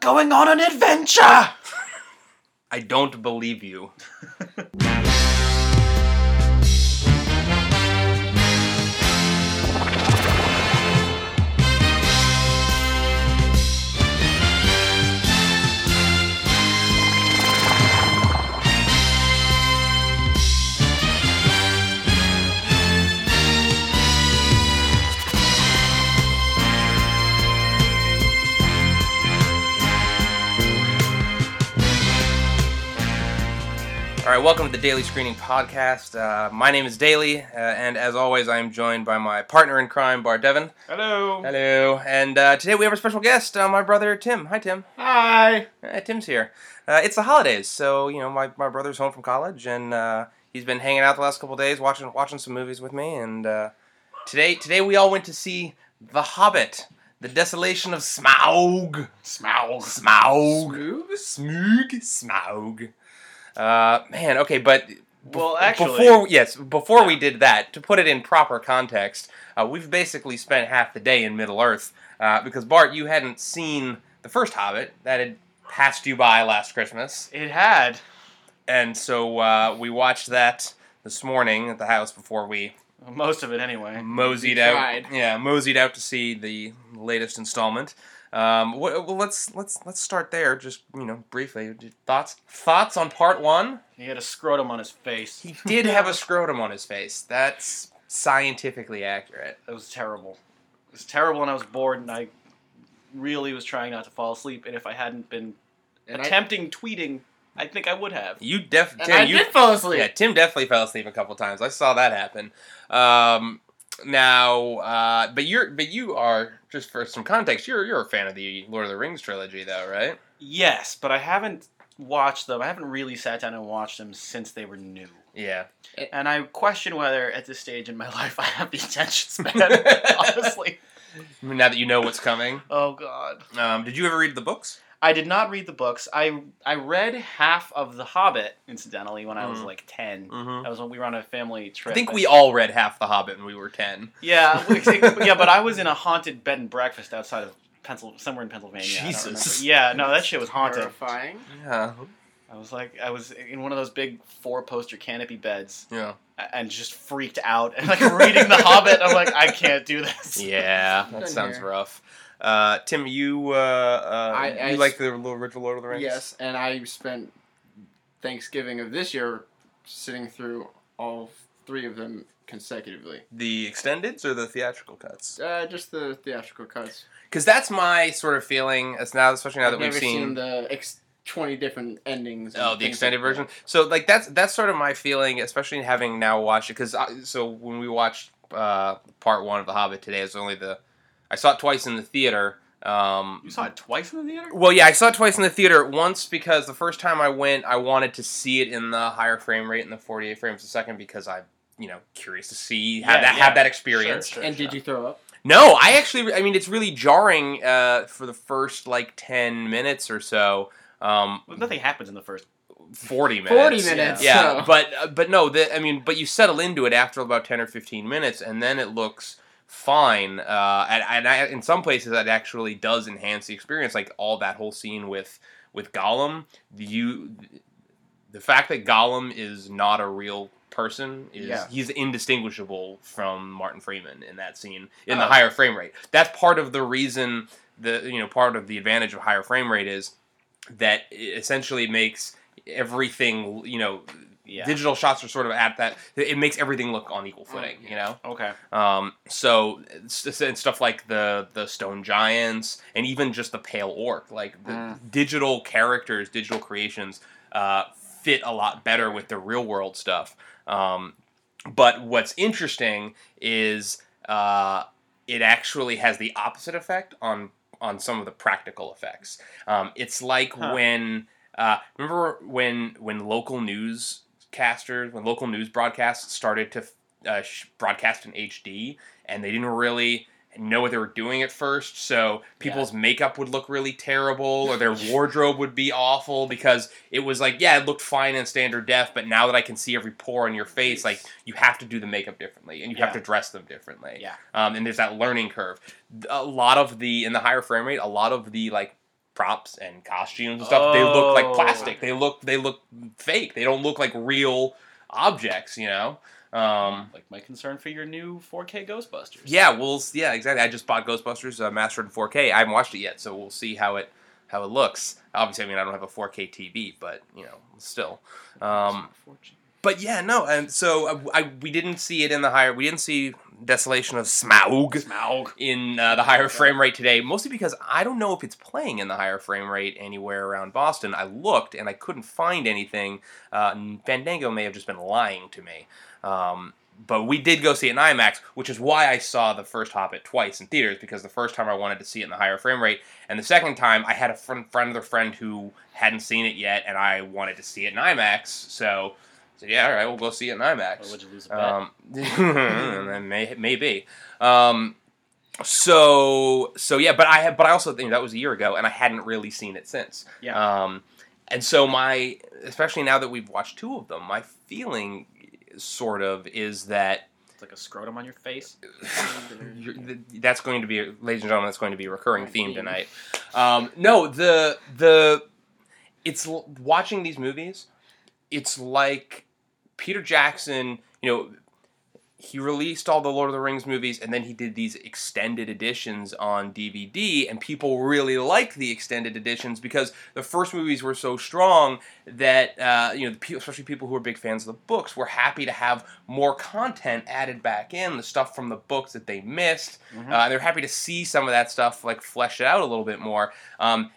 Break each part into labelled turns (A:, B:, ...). A: going on an adventure.
B: I don't believe you. All right, welcome to the Daily Screening Podcast. Uh, my name is Daly, uh, and as always, I am joined by my partner in crime, Bar Devin.
C: Hello.
B: Hello. And uh, today we have a special guest, uh, my brother Tim. Hi, Tim.
C: Hi.
B: Uh, Tim's here. Uh, it's the holidays, so you know my, my brother's home from college, and uh, he's been hanging out the last couple days, watching watching some movies with me. And uh, today today we all went to see The Hobbit: The Desolation of Smaug.
C: Smaug.
B: Smaug.
C: Smoogs?
B: Smaug. Smaug. Uh, man, okay, but
C: Well, actually,
B: before yes, before we did that, to put it in proper context, uh, we've basically spent half the day in Middle Earth uh, because Bart, you hadn't seen the first Hobbit that had passed you by last Christmas,
C: it had.
B: and so uh, we watched that this morning at the house before we
C: Most of it, anyway.
B: moseyed
C: We
B: out.
C: tried.
B: Yeah, moseyed out to see the latest installment. Um, wh- well, let's let's let's start there. Just you know, briefly thoughts thoughts on part one.
C: He had a scrotum on his face.
B: He did have a scrotum on his face. That's scientifically accurate.
C: That was terrible. It was terrible, and I was bored, and I really was trying not to fall asleep. And if I hadn't been
D: And I,
C: attempting tweeting, I think I would have.
B: You def
D: and
B: Tim,
D: I
B: you
D: did fall asleep.
B: yeah, Tim definitely fell asleep a couple times. I saw that happen. Um, now, uh, but you're but you are just for some context, you're you're a fan of the Lord of the Rings trilogy, though, right?
C: Yes, but I haven't watched them. I haven't really sat down and watched them since they were new.
B: Yeah.
C: And I question whether, at this stage in my life, I have the attention span. honestly.
B: now that you know what's coming,
C: Oh God.
B: um, did you ever read the books?
C: I did not read the books. I I read half of The Hobbit, incidentally, when I was
B: Mhm.
C: like 10
B: Mm-hmm.
C: That was when we were on a family
B: I
C: trip.
B: think we all read half The Hobbit when we were ten.
C: Yeah, we- yeah, but I was in a haunted bed and breakfast outside of Pencil, somewhere in Pennsylvania. I don't
B: Jesus.
C: remember. Yeah, no, that shit was haunted.
D: Terrifying.
B: Yeah.
C: I was like, I was in one of those big four-poster canopy beds
B: Yeah.
C: a- and just freaked out and like reading The Hobbit. I'm like, I can't do this.
B: Yeah, that
D: Been
B: sounds
D: here.
B: rough. Uh, Tim, you uh, uh,
D: I- I
B: you like the little original Lord of the Rings?
D: Yes, and I spent Thanksgiving of this year sitting through all three of them consecutively.
B: The extendeds or the theatrical cuts?
D: Uh, just the theatrical cuts.
B: Because that's my sort of feeling. As now, especially now
D: I've
B: that we've
D: never
B: seen,
D: the ex- twenty different endings. and
B: oh the
D: things
B: extended
D: like
B: version. So like that's that's sort of my feeling, especially having now watched it. Because so when we watched uh, part one of The Hobbit today, it's only the I saw it twice in the theater. Um,
C: You saw it twice in the theater?
B: Well, yeah, I saw it twice in the theater. Once because the first time I went, I wanted to see it in the higher frame rate in the 48 frames a second because I, you know, curious to see have
C: Yeah,
B: that
C: yeah.
B: have that experience.
C: Sure,
D: that.
C: sure,
D: And
C: sure.
D: did you throw up?
B: No, I actually, I mean, it's really jarring uh, for the first like 10 minutes or so. Um,
C: Well, nothing happens in the first.
B: 40 minutes.
D: Forty minutes.
B: Yeah,
D: so-
B: but uh, but no, the, I mean, but you settle into it after about ten or fifteen minutes, and then it looks fine. Uh, and and I, in some places, that actually does enhance the experience. Like all that whole scene with with Gollum, you the fact that Gollum is not a real person is
D: Yeah.
B: he's indistinguishable from Martin Freeman in that scene in the
C: Oh.
B: higher frame rate. That's part of the reason the you know part of the advantage of higher frame rate is that it essentially makes everything you know
C: Yeah.
B: digital shots are sort of at that it makes everything look on equal footing
C: Mm,
B: you know
C: okay.
B: um so s- s- and stuff like the the stone giants and even just the pale orc like the
D: Mm.
B: digital characters digital creations uh fit a lot better with the real world stuff um but what's interesting is uh it actually has the opposite effect on on some of the practical effects um it's like
C: Huh.
B: when uh remember when when local newscasters, when local news broadcasts started to uh, sh- broadcast in HD, and they didn't really know what they were doing at first. So people's makeup would look really terrible, or their wardrobe would be awful because it was like, yeah, it looked fine in standard def, but now that I can see every pore on your face, like you have to do the makeup differently, and you have to
C: Yeah.
B: dress them differently.
C: Yeah.
B: Um, and there's that learning curve. A lot of the in the higher frame rate, a lot of the like props and costumes and stuff. They look like
C: Oh.
B: plastic. They look they look fake. They don't look like real objects. You know. Um,
C: Like my concern for your new 4K Ghostbusters.
B: yeah, we'll s- yeah exactly. I just bought Ghostbusters uh, Mastered in 4K. I haven't watched it yet, so we'll see how it how it looks. Obviously, I mean I don't have a 4K TV, but you know still. Um, but yeah, no, and so uh, I, we didn't see it in the higher. We didn't see Desolation of Smaug
C: Smaug.
B: in uh, the higher frame rate today, mostly because I don't know if it's playing in the higher frame rate anywhere around Boston. I looked and I couldn't find anything. Uh, Fandango may have just been lying to me. Um, but we did go see it in IMAX, which is why I saw the first Hobbit twice in theaters because the first time I wanted to see it in the higher frame rate, and the second time I had a friend, friend of a friend who hadn't seen it yet, and I wanted to see it in IMAX. So, so yeah, all right, we'll go see it in IMAX.
C: Or would you lose a bet?
B: Um, may maybe. Um, so so yeah, but I have, but I also think that was a year ago, and I hadn't really seen it since.
C: yeah.
B: Um, and so my, especially now that we've watched two of them, my feeling sort of is that
C: it's like a scrotum on your face.
B: you're, th- that's going to be, ladies and gentlemen, that's going to be a recurring
D: Right,
B: theme
D: theme.
B: tonight. Um, no, the the it's l- watching these movies. It's like Peter Jackson. You know, he released all the Lord of the Rings movies, and then he did these extended editions on DVD, and people really like the extended editions because the first movies were so strong that uh, you know, the pe- especially people who are big fans of the books, were happy to have more content added back in the stuff from the books that they missed.
C: Mhm.
B: Uh, they're happy to see some of that stuff like fleshed out a little bit more. Um,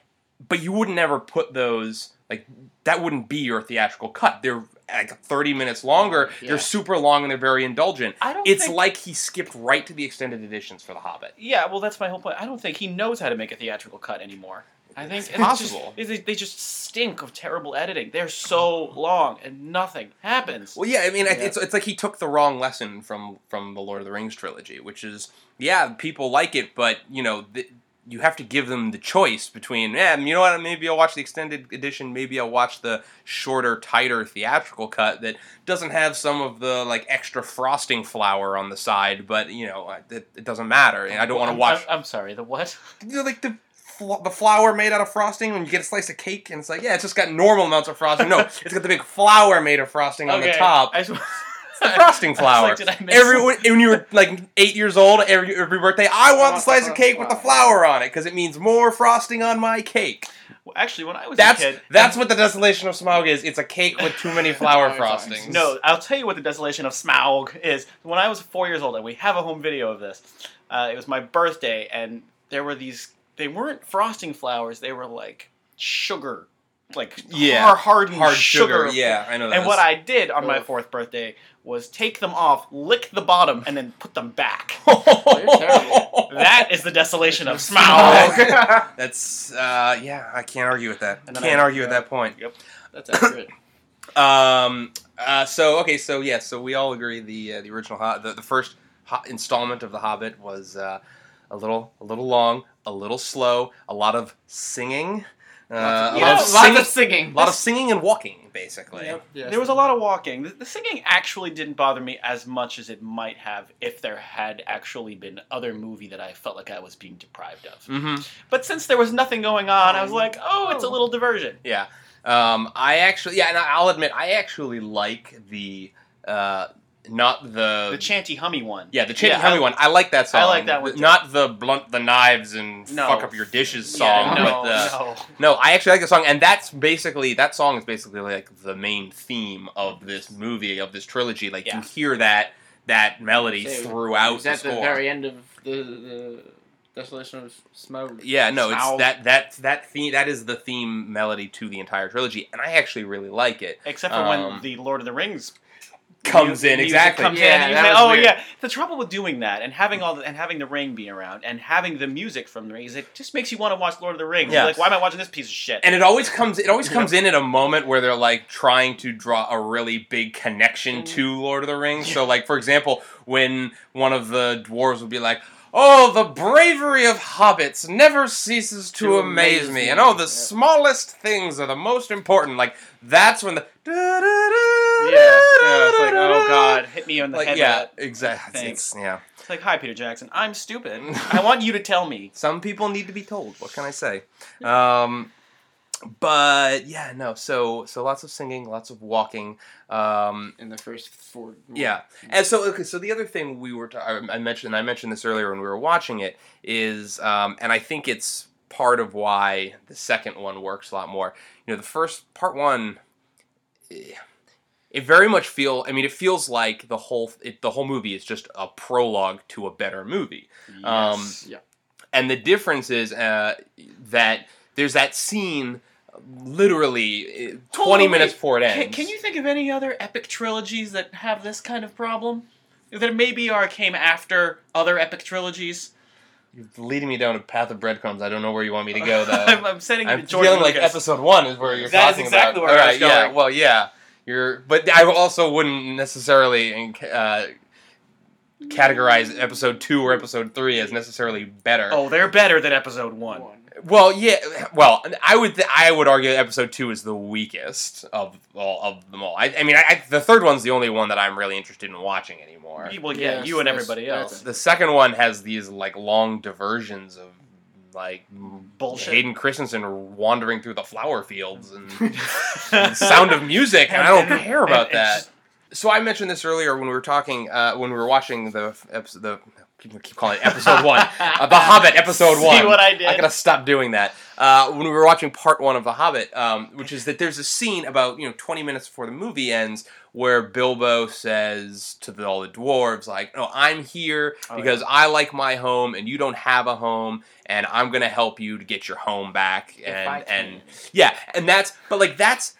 B: but you wouldn't ever put those like that wouldn't be your theatrical cut. They're like 30 minutes longer.
D: Yeah.
B: They're super long and they're very indulgent.
C: I don't.
B: It's
C: think-
B: like he skipped right to the extended editions for The Hobbit.
C: Yeah, well, that's my whole point. I don't think he knows how to make a theatrical cut anymore. I think
B: It's
C: it's
B: possible.
C: Just, they, they just stink of terrible editing. They're so long and nothing happens.
B: Well, yeah, I mean, I-
D: Yeah.
B: it's it's like he took the wrong lesson from from the Lord of the Rings trilogy, which is yeah, people like it, but you know, th you have to give them the choice between yeah, you know what, maybe I'll watch the extended edition, maybe I'll watch the shorter, tighter theatrical cut that doesn't have some of the like extra frosting flour on the side, but you know, I- it, it doesn't matter, and I don't want to
C: I'm-
B: watch
C: I'm, I'm sorry. The what?
B: you know, like the fl- the flour made out of frosting when you get a slice of cake and it's like yeah it's just got normal amounts of frosting no it's got the big flour made of frosting on the top
C: I just-
B: the frosting flour.
C: I was like, did I miss
B: Everyone, when you were like eight years old, every, every birthday, I want the slice of cake with the flour on it because it means more frosting on my cake.
C: Well, actually, when I was
B: That's
C: a kid,
B: that's what the desolation of smog is. It's a cake with too many flour
D: Flour
B: frostings.
D: frostings.
C: No, I'll tell you what the desolation of Smaug is. When I was four years old, and we have a home video of this, uh, it was my birthday, and there were these. They weren't frosting flowers. They were like sugar, like
B: Yeah.
C: har- hardened
B: hard sugar.
C: sugar
B: Yeah, Oh. I know.
C: And
B: those.
C: what I did on my
D: Ugh.
C: fourth birthday was take them off, lick the bottom, and then put them back.
D: terrible.
C: that is the desolation of Smaug.
B: Smaug. that's uh, yeah. I can't argue with that.
C: And then
B: Can't
C: I- uh,
B: argue with that point.
D: That's accurate.
B: Um. Uh. So okay. So yeah. So we all agree the uh, the original Hob- the, the first ho- installment of the Hobbit was uh, a little a little long, a little slow, a lot of singing, uh, a
D: Lots
B: lot
D: of-
B: of
D: Yes, lots
B: singing,
D: of singing.
B: a lot of singing and walking, basically.
D: Yep, yes.
C: There was a lot of walking. The, the singing actually didn't bother me as much as it might have if there had actually been other movie that I felt like I was being deprived of.
B: Mm-hmm.
C: But since there was nothing going on, I was like, oh, it's a little diversion.
B: Yeah. Um, I actually, yeah, and I'll admit, I actually like the, uh, not the,
C: The chanty hummy one.
B: yeah, the Chanty
C: Yeah, I-
B: Hummy one. I like that song.
C: I like that one too.
B: Not the blunt the knives and
C: No.
B: fuck up your dishes
C: Yeah,
B: song, uh,
C: no,
B: but the,
C: no.
B: No, I actually like the song, and that's basically that song is basically like the main theme of this movie of this trilogy. Like
C: Yeah.
B: you hear that that melody
D: Say,
B: throughout
D: It's
B: the
D: at the
B: score.
D: very end of the, the Desolation of Smaug.
B: yeah, no,
C: Ow.
B: it's that that that theme that is the theme melody to the entire trilogy, and I actually really like it.
C: Except for
B: Um,
C: when the Lord of the Rings
B: Comes in
C: music
B: exactly.
C: Comes
D: Yeah,
C: in and you
D: that
C: say,
D: was
C: oh
D: weird.
C: yeah. The trouble with doing that and having all the, and having the ring be around and having the music from the rings, it just makes you want to watch Lord of the Rings. You're
B: Yeah.
C: like, why am I watching this piece of shit?
B: and it always comes it always comes in at a moment where they're like trying to draw a really big connection
C: Mm.
B: to Lord of the Rings. So like for example, when one of the dwarves would be like, "Oh, the bravery of hobbits never ceases to,
D: To
B: amaze,
D: amaze
B: me.
D: me."
B: And oh, the
D: Yeah.
B: smallest things are the most important." Like that's when the
C: yeah, yeah. It's like, oh god, hit me on the
B: Like
C: head.
B: yeah,
C: with
B: exactly.
C: thing.
B: It's, yeah.
C: It's like, hi, Peter Jackson. I'm stupid. I want you to tell me.
B: Some people need to be told. What can I say? Um, but yeah, no. So so lots of singing, lots of walking. Um,
D: in the first four.
B: yeah, and so okay. So the other thing we were ta- I I mentioned I mentioned this earlier when we were watching it is, um, and I think it's part of why the second one works a lot more. You know, the first part one. eh, It very much feel. I mean, it feels like the whole it, the whole movie is just a prologue to a better movie Um,
D: Yeah.
B: and the difference is uh, that there's that scene literally uh, 20
C: Hold on,
B: minutes
C: wait.
B: before it ends.
C: Can, can you think of any other epic trilogies that have this kind of problem? That maybe are came after other epic trilogies.
B: You're leading me down a path of breadcrumbs. I don't know where you want me to go though.
C: I'm, I'm setting you
B: I'm
C: to George
B: feeling like
C: Lucas.
B: episode 1 is where you're
C: That is
B: talking
C: exactly
B: about.
C: where I
B: All right,
C: was
B: yeah.
C: going.
B: Well, yeah. You're but I also wouldn't necessarily uh, categorize episode 2 or episode 3 as necessarily better.
C: Oh, they're better than episode one.
B: Well, yeah. Well, I would th- I would argue episode two is the weakest of all of them all. I, I mean, I, I, the third one's the only one that I'm really interested in watching anymore.
C: Well, yeah,
D: Yes,
C: you and
D: that's-
C: everybody
D: that's
C: else.
B: The second one has these like long diversions of like
C: Bullshit.
B: Hayden Christensen wandering through the flower fields and, and Sound of Music, and I don't care about
C: And- and
B: that.
C: just-
B: So I mentioned this earlier when we were talking uh, when we were watching the f- episode, the keep, keep calling it episode one, uh, the Hobbit episode
C: See
B: one.
C: what I did?
B: I gotta stop doing that. Uh, when we were watching part one of The Hobbit, um, which is that there's a scene about you know 20 minutes before the movie ends where Bilbo says to the, all the dwarves like, "No, I'm here
C: Oh,
B: because I like my home and you don't have a home, and I'm gonna help you to get your home back."
D: If I
B: And
D: can.
B: and yeah, and that's but like that's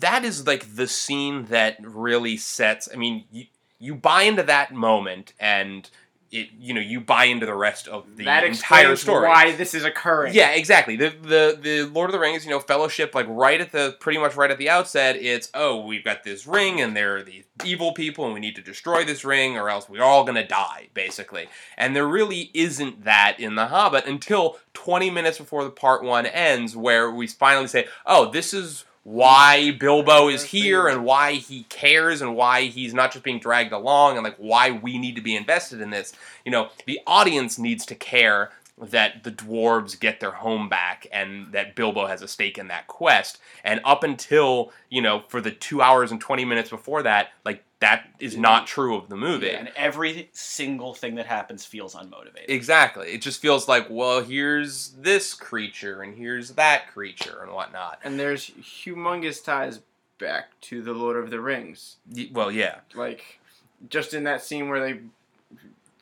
B: that is like the scene that really sets. I mean, you, you buy into that moment and. It, you know you buy into the rest of the
D: that
B: entire
D: explains
B: story.
D: why this is occurring.
B: Yeah, exactly. The the the Lord of the Rings, you know, fellowship, like right at the pretty much right at the outset, it's oh, we've got this ring and there are these evil people and we need to destroy this ring or else we're all gonna die, basically. And there really isn't that in The Hobbit until twenty minutes before the part one ends, where we finally say, Oh, this is why Bilbo is here and why he cares and why he's not just being dragged along and like why we need to be invested in this. You know, the audience needs to care that the dwarves get their home back and that Bilbo has a stake in that quest. And up until, you know, for the two hours and 20 minutes before that, like that is not true of the movie.
C: and every single thing that happens feels unmotivated.
B: Exactly. It just feels like, well, here's this creature and here's that creature and whatnot.
D: And there's humongous ties back to the Lord of the Rings.
B: Y- Well, yeah.
D: Like, just in that scene where they,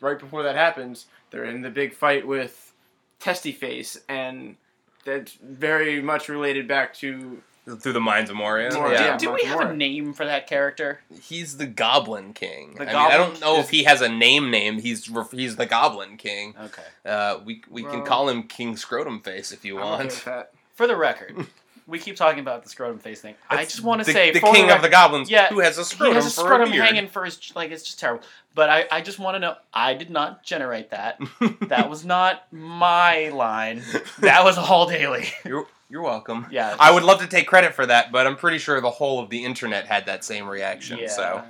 D: right before that happens, they're in the big fight with Testy Face, and that's very much related back to.
B: Through the Mines of Moria.
D: Moria.
B: Yeah.
D: Yeah.
C: Do we
D: much
C: have a
D: more.
C: name for that character?
B: He's the Goblin King.
C: The
B: I, mean, I
C: Goblin
B: don't know if
D: is-
B: he has a name name. He's ref- he's the Goblin King.
C: Okay.
B: Uh, we we can
D: Well-
B: call him King Scrotum Face if you
D: I'm okay
B: want.
D: with that.
C: For the record, we keep talking about the scrotum face thing. I
B: That's
C: just want to
B: the,
C: say,
B: the
C: for
B: king
C: the
B: of the goblins,
C: Yeah,
B: who has a
C: He
B: scrotum,
C: has a
B: for a
C: scrotum
B: beard.
C: hanging for his like it's just terrible. But I, I just want to know. I did not generate that. That was not my line. That was Hall Daily.
B: You're, you're welcome.
C: Yeah.
B: I would love to take credit for that, but I'm pretty sure the whole of the internet had that same reaction.
C: Yeah.
B: So,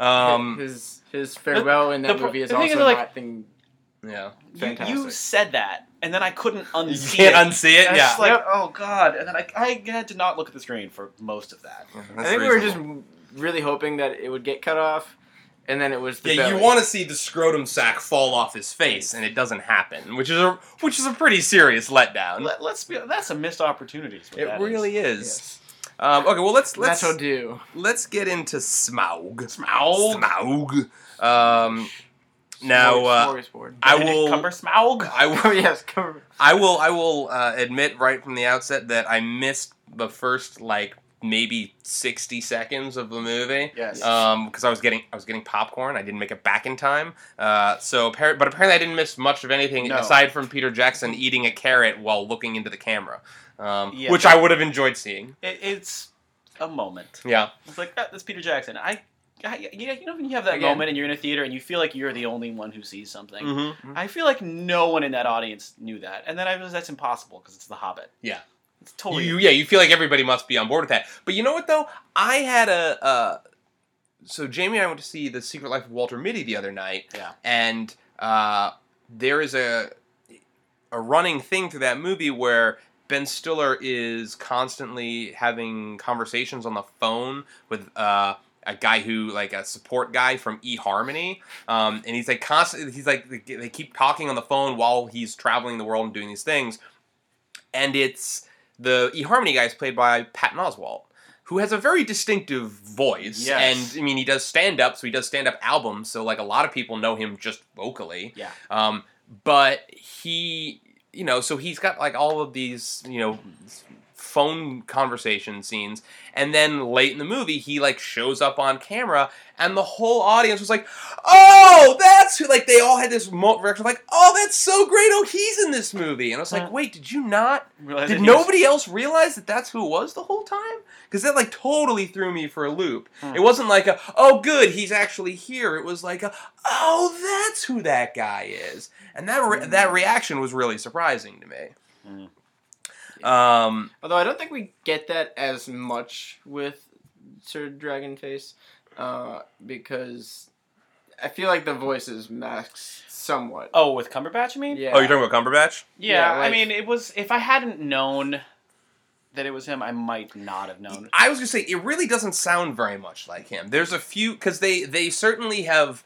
B: um,
D: his his farewell in that
C: the pro-
D: movie is
C: the
D: also
C: thing is, like-
D: not thing.
B: yeah,
C: You, you
D: Fantastic.
C: said that, and then I couldn't
B: you
C: unsee
B: can't
C: it.
B: unsee it.
C: I was
B: Yeah,
C: just like, oh god, and then I, I had to not look at the screen for most of that.
B: Yeah,
D: I
B: that's
D: think we were just
B: reasonable.
D: really hoping that it would get cut off, and then it was the
B: Yeah, you
D: belly.
B: want to see the scrotum sack fall off his face, and it doesn't happen, which is a which is a pretty serious letdown.
C: Let, us be, that's a missed opportunity. is what
B: it
C: that is.
B: really is.
D: Yes.
B: Um, okay, well let's let's
D: That's how do.
B: let's get into Smaug.
C: Smaug.
B: Smaug. Um, now uh,
D: Smorgasbord.
B: I
C: Benedict
B: will.
C: Cumbersmaug.
B: I
D: oh
B: will.
D: yes, cover.
B: I will. I will uh, admit right from the outset that I missed the first like maybe sixty seconds of the movie.
C: Yes.
B: Um, because I was getting I was getting popcorn. I didn't make it back in time. Uh, so appar- but apparently I didn't miss much of anything
C: No.
B: aside from Peter Jackson eating a carrot while looking into the camera, um,
C: Yeah.
B: which I would have enjoyed seeing.
C: It, it's a moment.
B: Yeah.
C: It's like ah, that's Peter Jackson. I, I yeah, you know when you have that
D: Again.
C: moment and you're in a theater and you feel like you're the only one who sees something.
B: Mm-hmm.
C: I feel like no one in that audience knew that, and then I realized that's impossible because it's The Hobbit.
B: Yeah.
C: it's totally.
B: You, yeah, you feel like everybody must be on board with that. But you know what though? I had a uh, so Jamie and I went to see the Secret Life of Walter Mitty the other night.
C: Yeah.
B: And Uh, there is a a running thing through that movie where Ben Stiller is constantly having conversations on the phone with uh, a guy who like a support guy from eHarmony, um, and he's like constantly he's like they keep talking on the phone while he's traveling the world and doing these things, and it's the eHarmony guy is played by Patton Oswalt. Who has a very distinctive voice,
C: Yes.
B: and I mean he does stand up, so he does stand up albums, so like a lot of people know him just vocally.
C: Yeah.
B: Um, but he, you know, so he's got like all of these, you know, phone conversation scenes, and then late in the movie, he like shows up on camera, and the whole audience was like, "Oh, that's who!" Like they all had this mo- reaction, like, "Oh, that's so great! Oh, he's in this movie!" And I was
C: Huh.
B: like, "Wait, did you not?"
C: Realized
B: Did
C: that he was-
B: nobody else realize that that's who it was the whole time? Because that like totally threw me for a loop.
C: Hmm.
B: It wasn't like a oh good he's actually here. It was like a oh that's who that guy is, and that re- that reaction was really surprising to me. Um,
D: Although I don't think we get that as much with Sir Dragonface, uh, because I feel like the voice is maxed somewhat.
C: Oh, with Cumberbatch, you mean?
D: yeah.
B: Oh, you're talking about Cumberbatch?
C: Yeah,
D: Yeah,
C: I
D: like-
C: mean, it was. If I hadn't known that it was him, I might not have known.
B: I was gonna say it really doesn't sound very much like him. There's a few because they they certainly have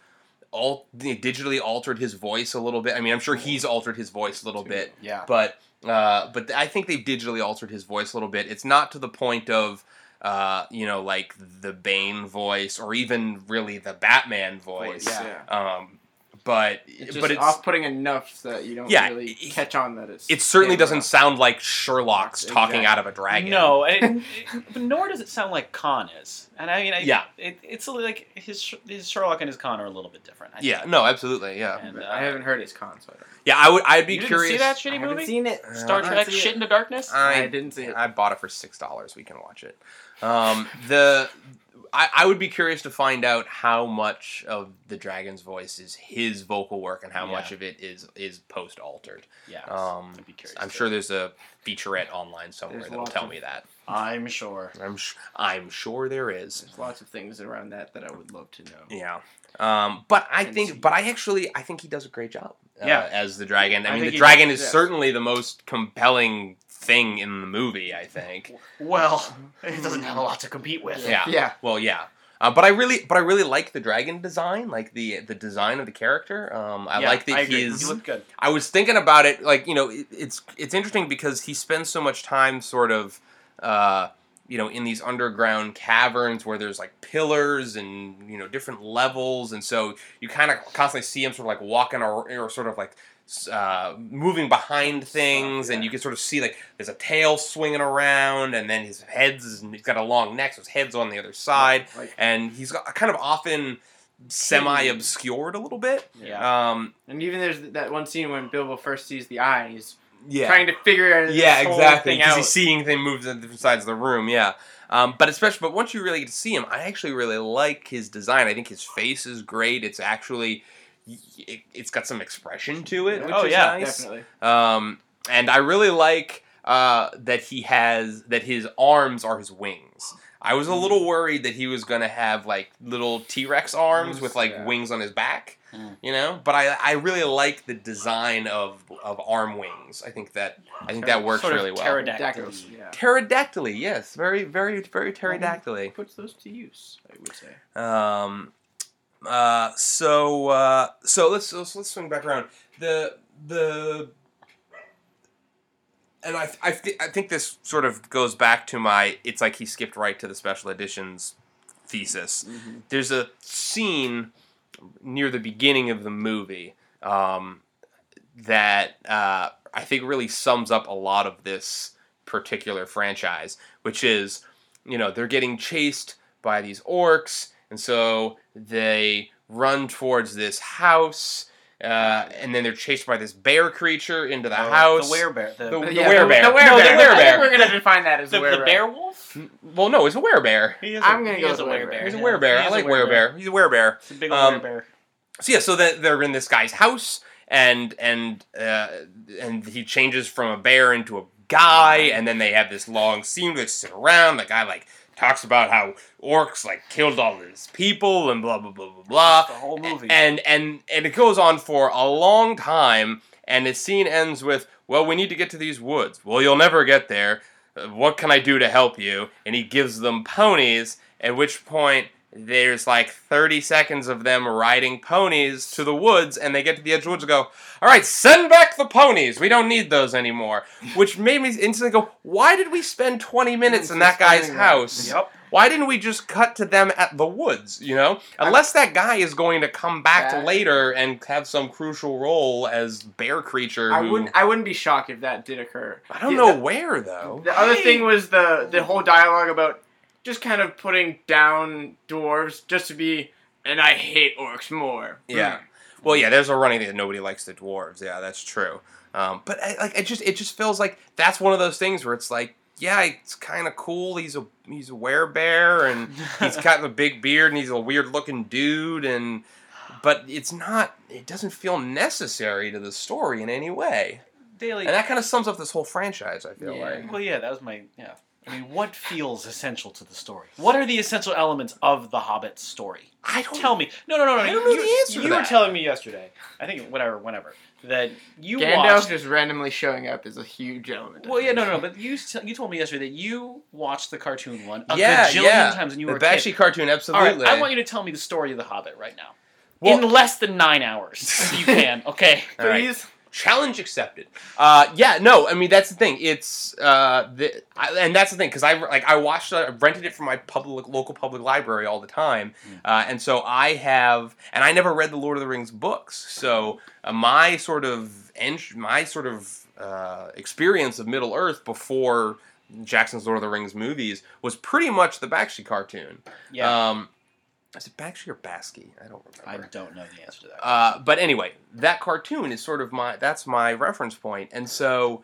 B: all digitally altered his voice a little bit. I mean, I'm sure he's altered his voice a little bit
C: Yeah.
B: but uh, but I think they've digitally altered his voice a little bit. It's not to the point of uh, you know like the Bane voice or even really the Batman voice.
C: yeah.
B: Um, but
D: It's just
B: but it's
D: off-putting enough that you don't
B: Yeah,
D: really
B: it-
D: catch on that it's.
B: it certainly
D: him.
B: doesn't sound like Sherlock's talking
D: Exactly.
B: out of a dragon.
C: No, and it- but nor does it sound like Khan is. And I mean, I,
B: Yeah.
C: it, it's a li- like his Sh- his Sherlock and his Khan are a little bit different. I think.
B: Yeah. No. Absolutely. Yeah.
C: And, uh,
D: I haven't heard his con, so I don't-
B: Yeah. I would. I'd be
C: you
B: curious.
C: didn't
D: I
C: see that shitty
D: haven't
C: movie?
D: seen it.
C: Star
D: I
C: Trek:
D: see it.
C: Shit into Darkness.
B: Uh, I,
D: I didn't see it.
B: I bought it for six dollars. We can watch it. Um, the I, I would be curious to find out how much of the dragon's voice is his vocal work and how
C: Yeah.
B: much of it is is post altered.
C: yeah,
B: Um,
C: I'd be curious.
B: I'm
C: too.
B: sure there's a featurette online somewhere
D: There's
B: that'll
D: lots
B: tell
D: of-
B: me that.
C: I'm sure.
B: I'm sh- I'm sure there is.
D: There's lots of things around that that I would love to know.
B: Yeah. Um, but I
D: And see.
B: think, but I actually, I think he does a great job. uh,
C: Yeah.
B: as the dragon. I,
C: I
B: mean,
C: think
B: the
C: he
B: dragon
D: does,
B: is
D: yes.
B: certainly the most compelling thing in the movie. I think.
C: Well, it doesn't have a lot to compete with.
B: Yeah.
D: Yeah.
B: Well, yeah. Uh, but I really, but I really like the dragon design, like the the design of the character. Um, I
C: Yeah,
B: like that
C: agree.
B: he is.
C: He looked good.
B: I was thinking about it, like you know, it, it's it's interesting because he spends so much time sort of, uh, you know, in these underground caverns where there's like pillars and you know different levels, and so you kind of constantly see him sort of like walking or, or sort of like. s- Uh, moving behind things, and you can sort of see like there's a tail swinging around, and then his head's he's got a long neck, so his head's on the other side,
D: Like,
B: and he's got kind of often semi obscured a little bit.
C: Yeah.
B: Um,
D: and even there's that one scene when Bilbo first sees the eye, and he's
B: yeah,
D: trying to figure out this
B: yeah,
D: whole
B: exactly.
D: thing
B: Because
D: out.
B: he's seeing things moves on different sides of the room. Yeah, um, but especially, but once you really get to see him, I actually really like his design. I think his face is great. It's actually, it, it's got some expression to it. Which
C: Oh,
B: is
C: yeah,
B: nice.
D: definitely.
B: Um, and I really like uh, that he has that his arms are his wings. I was a little worried that he was gonna have like little T Rex arms with like
D: Yeah.
B: wings on his back,
C: Mm.
B: you know. But I, I really like the design of of arm wings. I think that I think that works
C: Sort of
B: really well.
C: pterodactyl.
D: Dactyls, Yeah.
B: Pterodactyly, yes, very very very pterodactyly.
D: puts those to use, I would say.
B: Um, uh, so uh, so let's, let's let's swing back around. The the and I I, thi- I think this sort of goes back to my it's like he skipped right to the special editions thesis. There's a scene near the beginning of the movie um, that uh, I think really sums up a lot of this particular franchise, which is, you know, they're getting chased by these orcs, and so they run towards this house, uh, and then they're chased by this bear creature into the
C: Oh,
B: house.
C: The werebear. The,
B: The-
C: the,
B: The
D: yeah,
B: werebear.
D: The,
B: No,
D: the werebear.
B: the
D: I think
B: werebear.
D: we're gonna define that as
C: the,
D: a werebear.
C: bearwolf.
B: well, no, it's a werebear.
C: He is.
D: I'm gonna
C: he
D: go
C: is
D: with werebear.
B: He's a
C: yeah.
B: werebear.
C: He
B: I
C: is
B: like
C: a werebear.
B: werebear. He's a werebear.
C: It's a big old
B: Um,
C: werebear.
B: so yeah, so that they're in this guy's house, and and uh, and he changes from a bear into a guy, and then they have this long scene where they sit around. The guy like talks about how orcs like killed all these people and blah blah blah blah blah.
C: the whole movie.
B: And and and it goes on for a long time, and the scene ends with, "Well, we need to get to these woods. Well, you'll never get there. Uh, What can I do to help you?" And he gives them ponies. At which point, there's like 30 seconds of them riding ponies to the woods, and they get to the edge of the woods and go, "All right, send back the ponies. We don't need those anymore." Which made me instantly go, "Why did we spend 20 minutes in that guy's house?"
C: yep.
B: Why didn't we just cut to them at the woods, you know? Unless that guy is going to come back
D: Back.
B: later and have some crucial role as bear creature
D: I
B: who-
D: wouldn't. I wouldn't be shocked if that did occur.
B: I don't
D: The-
B: know
D: the-
B: where though.
D: The other thing was the the whole dialogue about just kind of putting down dwarves just to be, and I hate orcs more. Hmm.
B: Yeah. Well, yeah, there's a running thing that nobody likes the dwarves. Yeah, that's true. Um, but I, like, it just it just feels like that's one of those things where it's like, yeah, it's kind of cool. He's a he's a werebear and he's got the big beard and he's a weird looking dude and, but it's not. It doesn't feel necessary to the story in any way.
C: Daily.
B: And that kind of sums up this whole franchise. I feel
D: Yeah.
B: like.
C: Well, yeah, that was my yeah. I mean, what feels essential to the story? What are the essential elements of the Hobbit story?
B: I don't
C: Tell me. No, no, no, no.
B: I don't know
C: you,
B: the answer to
C: You were
B: that.
C: telling me yesterday. I think whatever, whenever that you
D: Gandalf
C: watched.
D: just randomly showing up is a huge element. of
C: Well, yeah,
D: it.
C: no, no, no. But you t- you told me yesterday that you watched the cartoon one a
B: Yeah,
C: gajillion
B: yeah.
C: times when you
B: the
C: were a kid.
B: Bakshi cartoon,
C: All right,
B: absolutely.
C: I want you to tell me the story of the Hobbit right now.
B: Well- Uh,
C: In less than nine hours, if you can. Okay.
B: All right.
D: Please.
B: challenge accepted uh yeah no i mean that's the thing it's uh the I, and that's the thing because i like i watched uh, rented it from my public local public library all the time uh, and so i have and i never read the lord of the rings books so uh, my sort of ent- my sort of uh, experience of middle earth before jackson's lord of the rings movies was pretty much the bakshi cartoon
C: Yeah.
B: um is it bakshi or basky i don't remember
C: I don't know the answer to that.
B: uh, but anyway, that cartoon is sort of my that's my reference point, and so.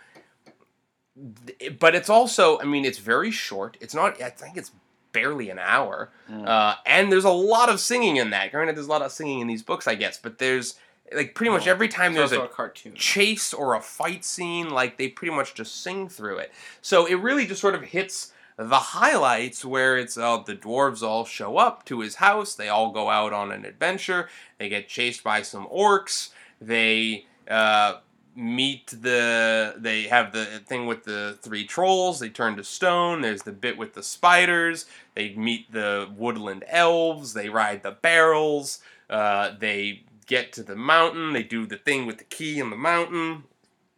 B: th- But it's also, I mean, it's very short. It's not. I think it's barely an hour,
C: Mm.
B: uh, and there's a lot of singing in that. Granted, there's a lot of singing in these books, I guess, but there's like pretty much
C: Mm.
D: Well,
B: every time
D: It's
B: there's
D: also
B: a
D: a cartoon.
B: chase or a fight scene, like they pretty much just sing through it. So it really just sort of hits the highlights where it's uh, the dwarves all show up to his house, they all go out on an adventure, they get chased by some orcs, they uh, meet the they have the thing with the three trolls, they turn to stone, there's the bit with the spiders, they meet the woodland elves, they ride the barrels, uh, they get to the mountain, they do the thing with the key in the mountain.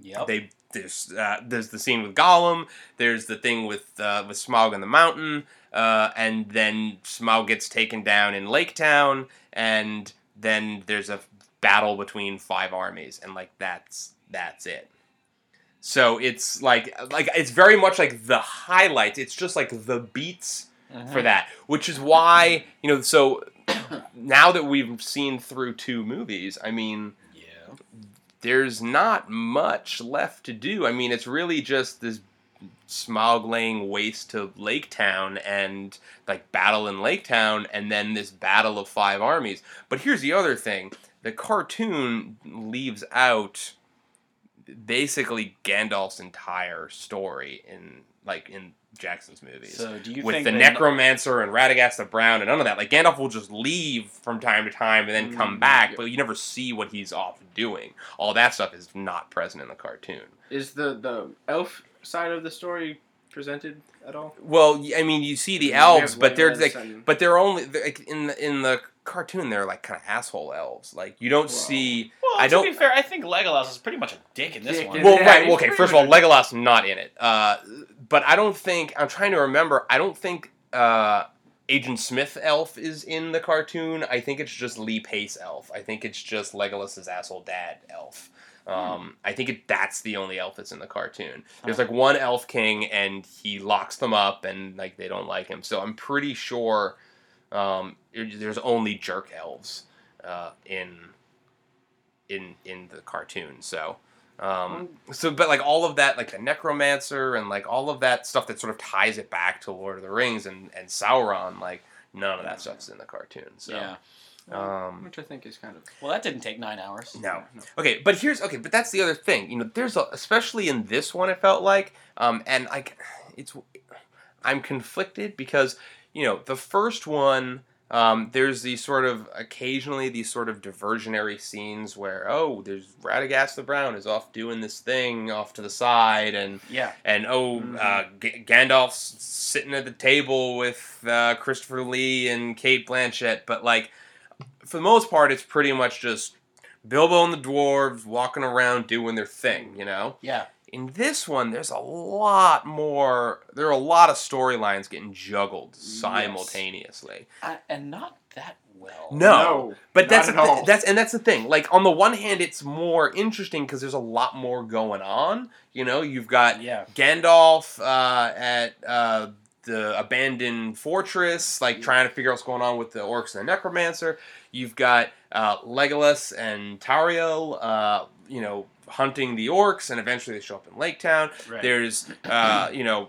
C: Yep.
B: They there's uh, there's the scene with Gollum. There's the thing with uh, with Smaug on the mountain, uh, and then Smaug gets taken down in Lake Town, and then there's a battle between five armies, and like that's that's it. So it's like like it's very much like the highlights. It's just like the beats
C: Mm-hmm.
B: for that, which is why you know. So now that we've seen through two movies, I mean
C: Yeah.
B: there's not much left to do. I mean, it's really just this smog laying waste to Lake Town and like battle in Lake Town and then this battle of five armies. But here's the other thing the cartoon leaves out basically Gandalf's entire story in like in Jackson's movies
C: So do you
B: with
C: think
B: the
C: that-
B: necromancer and Radagast the Brown and none of that. Like Gandalf will just leave from time to time and then come
D: Mm,
B: back,
D: yeah.
B: but you never see what he's off doing. All that stuff is not present in the cartoon.
D: Is the the elf side of the story presented at all?
B: Well, y- I mean, you see the
D: They have
B: elves, but they're
D: Legolas
B: like,
D: and-
B: but they're only they're, like in the in the cartoon they're like kind of asshole elves. Like you don't
D: Wow.
B: see.
C: Well,
B: I
C: to
B: don't-
C: be fair, I think Legolas is pretty much a dick in this
D: Dick
C: one.
D: in
B: Well,
D: Yeah,
B: right.
D: he's
B: Okay.
D: pretty
B: First of all,
D: much-
B: Legolas not in it. Uh, but I don't think I'm trying to remember. I don't think uh, Agent Smith Elf is in the cartoon. I think it's just Lee Pace Elf. I think it's just Legolas's asshole dad Elf. Um, I think it, that's the only elf that's in the cartoon. There's like one elf king, and he locks them up, and like they don't like him. So I'm pretty sure um, it- there's only jerk elves uh, in in in the cartoon. So um, so but like all of that, like the necromancer and like all of that stuff that sort of ties it back to Lord of the Rings and and Sauron, like none of that stuff's in the cartoon. So
C: Yeah.
B: um,
D: Which I think is kind of
C: Well, that didn't take nine hours.
B: no. Okay, but here's okay, but that's the other thing. You know, there's a, especially in this one, it felt like, um, and like, it's. I'm I'm conflicted because you know the first one. Um, there's these sort of occasionally these sort of diversionary scenes where oh there's Radagast the Brown is off doing this thing off to the side and
C: Yeah.
B: and oh,
D: Mm-hmm.
B: uh, G- Gandalf's sitting at the table with uh, Christopher Lee and Kate Blanchett. But like, for the most part, it's pretty much just Bilbo and the dwarves walking around doing their thing. You know.
C: Yeah.
B: In this one, there's a lot more. There are a lot of storylines getting juggled simultaneously.
C: I, and not that well.
B: No,
D: No,
B: but
D: not
B: that's
D: at
B: the-
D: all.
B: that's and that's the thing. Like on the one hand, it's more interesting because there's a lot more going on. You know, you've got
C: Yeah.
B: Gandalf uh, at uh, the abandoned fortress, like trying to figure out what's going on with the orcs and the necromancer. You've got uh, Legolas and Tauriel, uh, you know, hunting the orcs, and eventually they show up in Lake Town.
C: Right.
B: There's, uh, you know,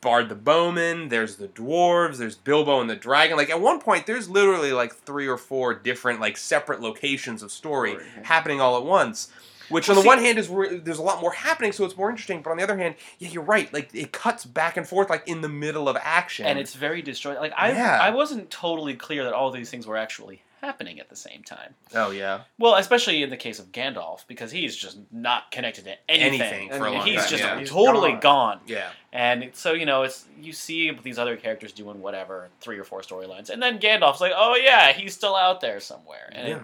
B: Bard the Bowman. There's the dwarves. There's Bilbo and the dragon. Like at one point, there's literally like three or four different, like separate locations of story
D: Story, yeah.
B: happening all at once. Which on the
C: Well, see-
B: one hand is re- there's a lot more happening, so it's more interesting. But on the other hand, yeah, you're right. Like it cuts back and forth, like in the middle of action.
C: and it's very destroyed. Like I,
B: Yeah.
C: I wasn't totally clear that all these things were actually happening at the same time.
B: oh yeah,
C: Well, especially in the case of Gandalf, because he's just not connected to anything.
B: anything
D: And
B: for a long
C: He's
B: time.
C: just
B: yeah.
D: He's
C: totally
D: gone.
C: gone.
B: yeah,
C: And it's- so you know, it's you see these other characters doing whatever three or four storylines, and then Gandalf's like, "Oh yeah, he's still out there somewhere." And
B: Yeah.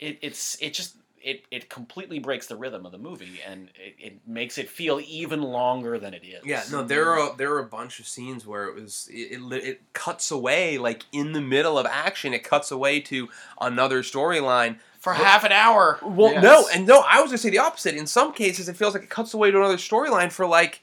C: it, it, it's it just it it completely breaks the rhythm of the movie, and it, it makes it feel even longer than it is.
B: yeah. No, there are there are a bunch of scenes where it was it, it li- it cuts away like in the middle of action. It cuts away to another storyline.
C: for half an hour.
B: Well,
D: Yes.
B: no, and no, I was gonna say the opposite. In some cases, it feels like it cuts away to another storyline for like,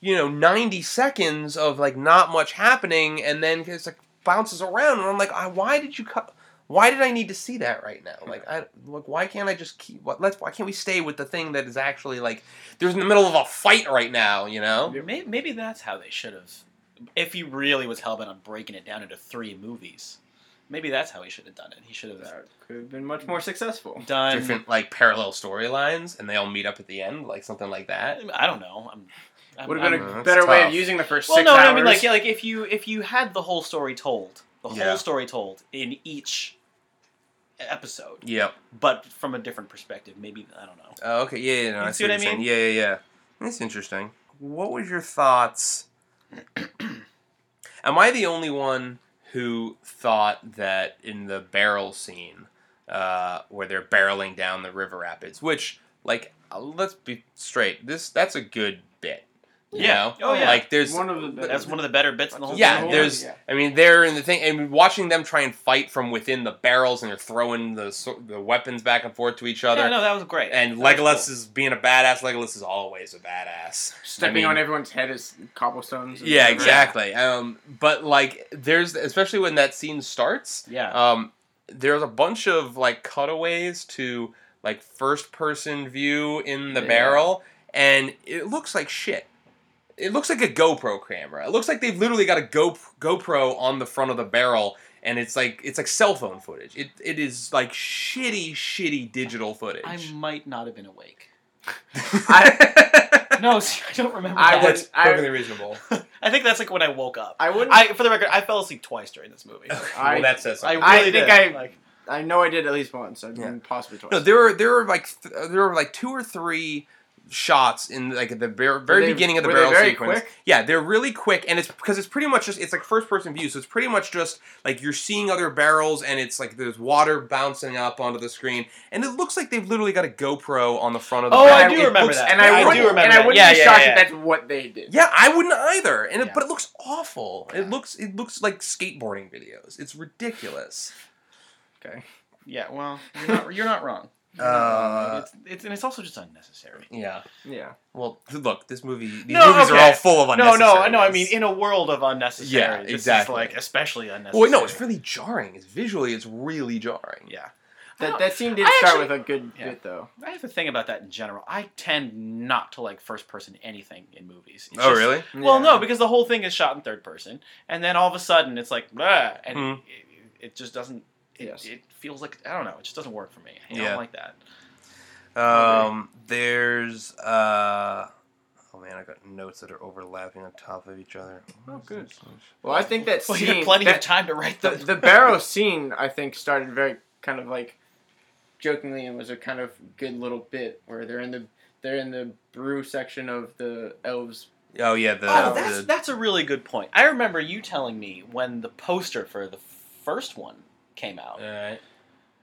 B: you know, ninety seconds of like not much happening, and then it's like bounces around, and I'm like, I, why did you cut? Why did I need to see that right now? Like, I like, why can't I just keep? What, let's. Why can't we stay with the thing that is actually like? There's in the middle of a fight right now, you know.
D: Yep.
C: Maybe, maybe that's how they should have. If he really was hell bent on breaking it down into three movies, maybe that's how he should have done it. He should have
D: That could have been much more successful.
C: done.
B: Different like parallel storylines, and they all meet up at the end, like something like that.
C: I don't know. I'm, I'm,
D: Would have been
C: I'm-
B: I'm-
D: a
B: that's
D: better way
B: tough.
D: of using the first
C: well,
D: six
C: no.
D: hours.
C: I mean, like, yeah, like if you if you had the whole story told, the
B: Yeah.
C: whole story told in each episode,
B: Yep.
C: but from a different perspective. Maybe I don't know.
B: Oh, okay. Yeah, yeah, no,
C: You
B: I
C: see
B: see what,
C: what I
B: you're saying. Yeah, yeah, yeah. That's interesting. What was your thoughts? Am I the only one who thought that in the barrel scene, uh, where they're barreling down the river rapids, which, like, uh, let's be straight, this that's a good bit. You
C: Yeah.
B: Know?
C: Oh, yeah.
B: Like, there's
D: one of the better-
C: That's one of the better bits in the whole.
B: yeah,
C: thing.
B: there's.
D: Yeah.
B: I mean, they're in the thing, and watching them try and fight from within the barrels, and they're throwing the so- the weapons back and forth to each other.
C: Yeah, no, that was great.
B: And
C: That was
B: Legolas is being a badass. Legolas is always a badass.
D: stepping
B: I mean-
D: on everyone's head is cobblestones. and
B: Yeah,
D: whatever.
B: exactly. Um, but like, there's especially when that scene starts.
C: cool. Yeah.
B: Um, there's a bunch of like cutaways to like first person view in the
D: Yeah.
B: barrel, and it looks like shit. It looks like a GoPro camera. It looks like they've literally got a Go GoPro on the front of the barrel, and it's like it's like cell phone footage. It it is like shitty, shitty digital footage.
C: I might not have been awake.
B: I,
C: No, see, I don't remember.
D: I
C: that.
D: would-
B: That's perfectly reasonable.
C: I think that's like when I woke up.
D: I wouldn't. I,
C: I, for the record, I fell asleep twice during this movie.
D: I-
B: well, that says
C: I
B: something.
C: really
D: I
C: did.
D: think I-
C: like,
D: know I did at least once. I've
B: Yeah.
D: been possibly twice.
B: no, there were there were like th- there were like two or three shots in like at the bar- very
D: they-
B: beginning of the
D: were they
B: barrel
D: very
B: sequence.
D: quick?
B: Yeah, they're really quick, and it's because it's pretty much just it's like first person view, so it's pretty much just like you're seeing other barrels, and it's like there's water bouncing up onto the screen, and it looks like they've literally got a GoPro on the front of the.
C: Oh,
B: barrel.
C: I do
B: It
C: remember
B: looks-
C: that.
D: and
C: I
D: I,
C: do
D: wouldn't,
C: remember
D: and I
C: that.
D: wouldn't
C: Yeah,
D: be
C: yeah,
D: shocked
C: yeah.
D: if that's what they did.
B: Yeah, I wouldn't either. And it,
C: Yeah.
B: but it looks awful.
C: Yeah.
B: It looks it looks like skateboarding videos. It's ridiculous.
D: Okay.
C: yeah, well, you're not, you're not wrong. You're not wrong.
B: Uh,
C: it's, it's, and it's also just unnecessary.
B: Yeah.
D: Yeah.
B: Well, th- look, this movie. These
C: No,
B: movies are
C: okay.
B: all full of
C: No,
B: unnecessary.
C: no, no. I mean, in a world of unnecessary,
B: Yeah,
C: this is,
B: exactly.
C: like especially unnecessary.
B: well, wait, no, it's really jarring. It's visually, it's really jarring.
C: yeah. I
D: That,
C: don't-
D: that scene did
C: I actually-
D: start with a good
C: Yeah.
D: bit though.
C: I have a thing about that in general. I tend not to like first person anything in movies. It's
B: oh,
C: just-
B: really?
C: Well,
D: Yeah.
C: no, because the whole thing is shot in third person, and then all of a sudden it's like, "Bleh," and
B: Hmm.
C: it, it just doesn't. It,
D: Yes.
C: it feels like I don't know. It just doesn't work for me. I
B: Yeah.
C: don't like that.
B: Um, there's uh, Oh man, I got notes that are overlapping on top of each other.
D: Oh, good. Well, I think that
C: Well,
D: scene.
C: you had plenty
D: that,
C: of time to write
D: the
C: them.
D: the barrow scene I think started very kind of like jokingly and was a kind of good little bit where they're in the they're in the brew section of the elves.
B: Oh yeah, the,
C: Oh,
D: Uh,
C: that's
B: the
C: that's a really good point. I remember you telling me when the poster for the first one came out.
B: uh,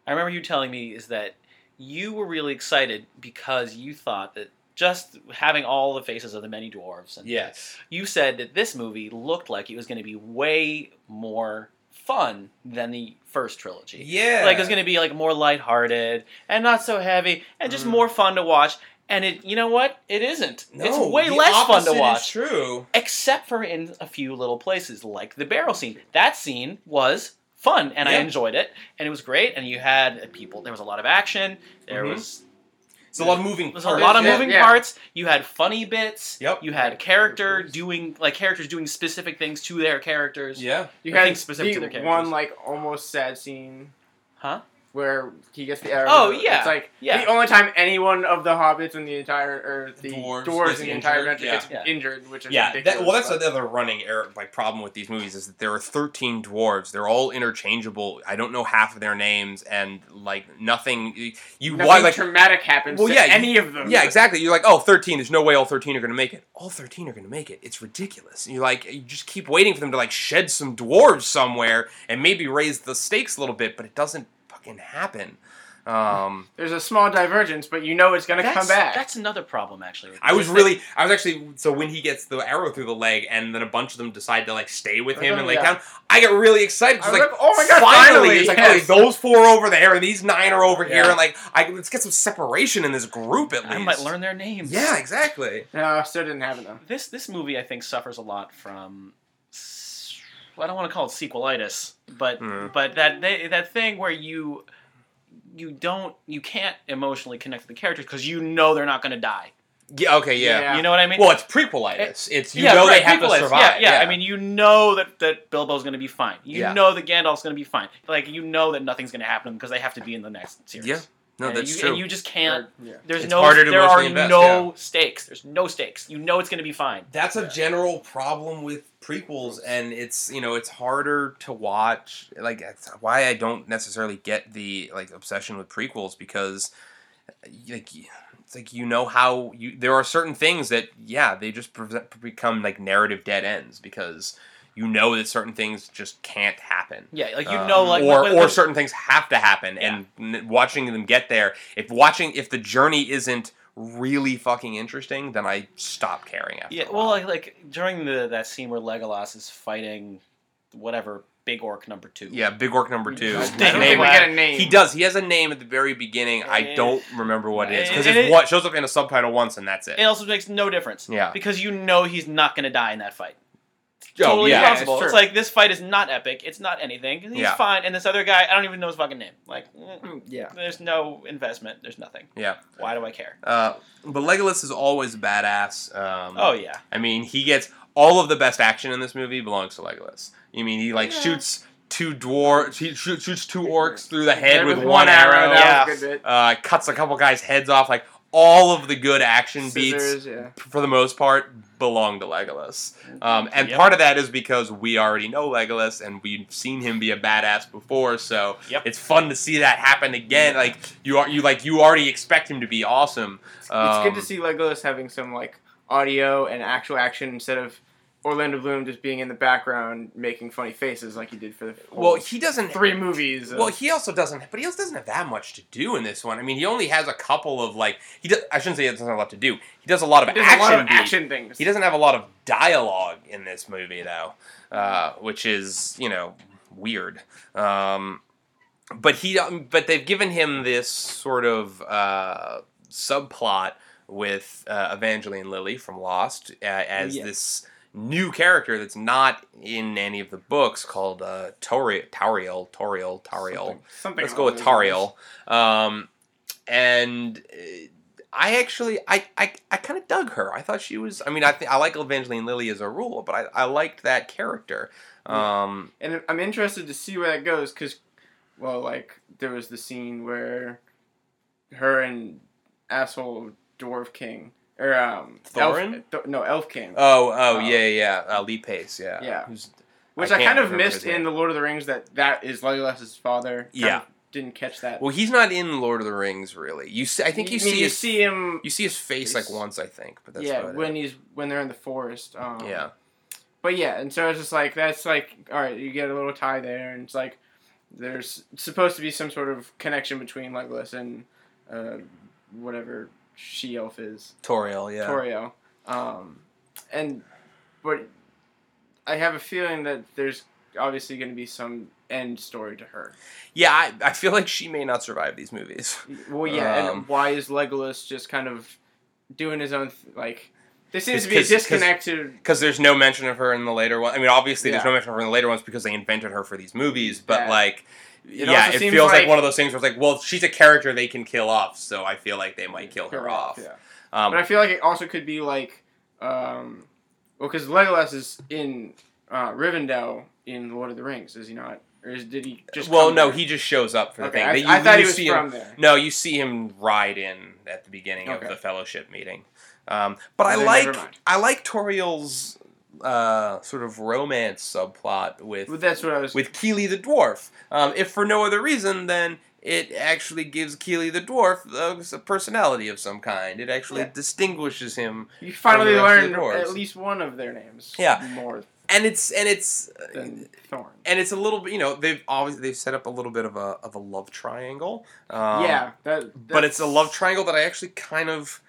C: I remember you telling me is that you were really excited because you thought that just having all the faces of the many dwarves and
B: yes.
C: you said that this movie looked like it was going to be way more fun than the first trilogy.
B: Yeah.
C: Like it was going to be like more lighthearted and not so heavy and just
B: Mm.
C: more fun to watch. And it, you know what? It isn't.
B: No,
C: it's way
B: the
C: less fun
B: opposite
C: to
B: is
C: watch,
B: true.
C: except for in a few little places, like the barrel scene. That scene was fun, and I
B: Yeah.
C: enjoyed it, and it was great. And you had people. There was a lot of action. There
B: Mhm.
C: was
B: It's a lot of moving.
C: there was a
B: parts.
C: lot of
D: Yeah,
C: moving
D: yeah.
C: parts. You had funny bits.
B: Yep.
C: You had character doing like characters doing specific things to their characters.
B: Yeah.
D: You
C: I
D: had
C: think specific to
D: the
C: their characters.
D: one like almost sad scene.
C: Huh?
D: Where he gets the arrow.
C: Oh, yeah.
D: It's like
C: Yeah.
D: the only time any one of the hobbits in the entire or the
B: Dwarves
D: dwarves,
B: gets
D: in the entire
B: injured,
D: adventure
B: yeah.
D: gets
C: Yeah.
D: injured, which is
B: Yeah.
D: ridiculous.
B: That, well, that's
D: but-
B: another running error, like problem with these movies is that there are thirteen dwarves. They're all interchangeable. I don't know half of their names, and like nothing. You
D: nothing
B: why like
D: traumatic happens
B: Well,
D: to
B: yeah, you-
D: any of them.
B: Yeah, exactly. You're like, oh, 13. There's no way all 13 are going to make it. All 13 are going to make it. It's ridiculous. And you like, you just keep waiting for them to like shed some dwarves somewhere and maybe raise the stakes a little bit, but it doesn't fucking happen. Um,
D: There's a small divergence, but you know it's gonna
C: That's,
D: come back.
C: That's another problem, actually. with
B: I
C: this,
B: was
C: is that-
B: really, I was actually, so when he gets the arrow through the leg and then a bunch of them decide to like stay with him and lay
D: Yeah.
B: down, I got really excited. 'cause,
D: I was
B: like,
D: like, oh my God, finally, oh,
B: It's like,
D: yes.
B: okay, those four over there and these nine are over here.
C: Yeah.
B: And like, I, let's get some separation in this group at least.
C: I might learn their names.
B: Yeah, exactly.
D: No, still didn't happen though.
C: This this movie, I think, suffers a lot from. s- well, I don't want to call it sequelitis, but
B: Mm.
C: but that they, that thing where you you don't you can't emotionally connect to the characters because you know they're not going to die.
B: Yeah, okay, yeah.
D: Yeah.
C: You know what I mean?
B: Well, it's prequelitis. It's you
C: yeah,
B: know
C: right,
B: they have to
C: people is-
B: survive.
C: Yeah, yeah, I mean, you know that that Bilbo's going to be fine. You
B: Yeah.
C: know that Gandalf's going to be fine. Like you know that nothing's going to happen because they have to be in the next series.
B: Yeah. no,
C: and
B: that's
C: you,
B: true.
C: And you just can't.
D: Or- yeah.
C: There's
B: It's
C: no.
B: harder to
C: there are
B: emotionally invest,
C: no stakes. There's no stakes. You know it's going to be fine.
B: that's a general problem with prequels, and it's you know it's harder to watch. Like that's why I don't necessarily get the like obsession with prequels because like it's like you know how you there are certain things that yeah they just present, become like narrative dead ends because you know that certain things just can't happen.
C: Yeah, like you
B: Um,
C: know, like
B: or
C: when-
B: or
C: when-
B: certain things have to happen, and n- watching them get there. If watching, if the journey isn't really fucking interesting, then I stop caring after.
C: Yeah,
B: a while.
C: well, like, like during the that scene where Legolas is fighting whatever big orc number two.
B: yeah, big work number
D: I
B: two.
D: don't
B: His
D: think
C: Damn.
D: we
B: name-
D: get a name.
B: he does. He has a name at the very beginning. I
C: Eh.
B: don't remember what it is because
C: And
B: it
C: it-
B: what shows up in a subtitle once, and that's
C: It
B: it.
C: also makes no difference.
B: Yeah.
C: Because you know he's not going to die in that fight.
B: Oh,
C: totally
B: yeah.
C: possible.
D: Yeah,
C: It's,
D: it's true.
C: like this fight is not epic. It's not anything. He's
B: Yeah.
C: fine, and this other guy, I don't even know his fucking name. Like, mm,
D: Yeah.
C: there's no investment. There's nothing.
B: Yeah.
C: Why do I care?
B: Uh, but Legolas is always a badass. Um,
C: Oh yeah.
B: I mean, he gets all of the best action in this movie belongs to Legolas. I mean, he like
C: Yeah.
B: shoots two dwarves, he shoots, shoots two orcs through the head
D: There
B: with,
D: was
B: one, arrow.
D: That
C: yeah.
D: was a good bit.
B: Uh, cuts a couple guys' heads off. Like all of the good action beats,
D: Scissors, yeah.
B: for the most part, belong to Legolas. Um, and
C: Yep.
B: part of that is because we already know Legolas and we've seen him be a badass before, so
C: Yep.
B: it's fun to see that happen again. Like you are, you like you already expect him to be awesome.
D: it's
B: Um,
D: good to see Legolas having some like audio and actual action instead of Orlando Bloom just being in the background making funny faces like he did for the
B: Well,
D: whole
B: he doesn't
D: three movies. of-
B: Well, he also doesn't, but he also doesn't have that much to do in this one. I mean, he only has a couple of like he. Does, I shouldn't say he doesn't have a lot to do. He does a lot of
D: He does
B: action.
D: a lot of
B: beats.
D: action things.
B: He doesn't have a lot of dialogue in this movie though, uh, which is you know weird. Um, but he, um, but they've given him this sort of uh, subplot with uh, Evangeline Lilly from Lost uh, as
D: Yes.
B: this new character that's not in any of the books called uh, Tori- Tauriel, Tauriel, Tauriel.
D: Something- something
B: Let's go with
D: along those
B: Tariel. Um, and uh, I actually, I, I, I kind of dug her. I thought she was. I mean, I think I like Evangeline Lilly as a rule, but I, I liked that character. Um,
D: and I'm interested to see where that goes because, well, like there was the scene where her and asshole dwarf king or um,
B: Thorin?
D: Elf, th- no, Elf King,
B: Oh, oh,
D: Um,
B: yeah, yeah. Uh, Lee Pace, yeah.
D: Yeah.
B: Who's-
D: which
B: I
D: I,
B: can't
D: kind of
B: remember his
D: missed
B: name.
D: in the Lord of the Rings. That that is Legolas's father. Kind
B: Yeah.
D: of didn't catch that.
B: well, he's not in Lord of the Rings, really. You see, I think you,
D: I mean,
B: see
D: you
B: his,
D: see him.
B: you see his face like
D: He's-
B: once, I think, but that's
D: yeah,
B: about
D: when
B: it.
D: he's when they're in the forest. Um,
B: yeah,
D: but yeah, and so it's just like that's like all right, you get a little tie there, and it's like there's supposed to be some sort of connection between Legolas and uh, whatever she elf is,
B: Toriel, yeah.
D: Torio. Um, and but I have a feeling that there's obviously going to be some end story to her.
B: Yeah, I, I feel like she may not survive these movies.
D: Well, yeah,
B: Um,
D: and why is Legolas just kind of doing his own th- like? There
B: It's
D: seems to be a
B: 'cause- 'cause-
D: disconnect to
B: Because there's no mention of her in the later one. I mean, obviously, there's
D: Yeah.
B: no mention of her in the later ones because they invented her for these movies, but
D: Yeah.
B: like.
D: It
B: yeah,
D: also
B: it
D: seems
B: feels like,
D: like-
B: one of those things where it's like, well, she's a character they can kill off, so I feel like they might kill her off.
D: Yeah.
B: Um,
D: But I feel like it also could be like, um, well, because Legolas is in uh, Rivendell in Lord of the Rings, is he not? Or is, did he just?
B: well,
D: come
B: no,
D: there?
B: he just shows up for the
D: Okay,
B: thing.
D: I,
B: They- you-
D: I thought
B: you
D: he was
B: see him-
D: from there.
B: No, you see him ride in at the beginning
D: Okay.
B: of the fellowship meeting. Um, but I
D: Well, then
B: like
D: never mind.
B: I like Toriel's uh, sort of romance subplot with
D: Well, that's what I was.
B: with Keely the dwarf. Um, if for no other reason than it actually gives Keely the dwarf a, a personality of some kind. It actually
D: Yeah.
B: distinguishes him,
D: you finally
B: the rest of
D: learned
B: the dwarves.
D: at least one of their names.
B: Yeah. Uh,
D: More
B: and it's and it's
D: than Thorn.
B: and it's a little bit. You know, they've always they've set up a little bit of a of a love triangle. Um,
D: yeah. That,
B: but it's a
D: that's-
B: love triangle that I actually kind of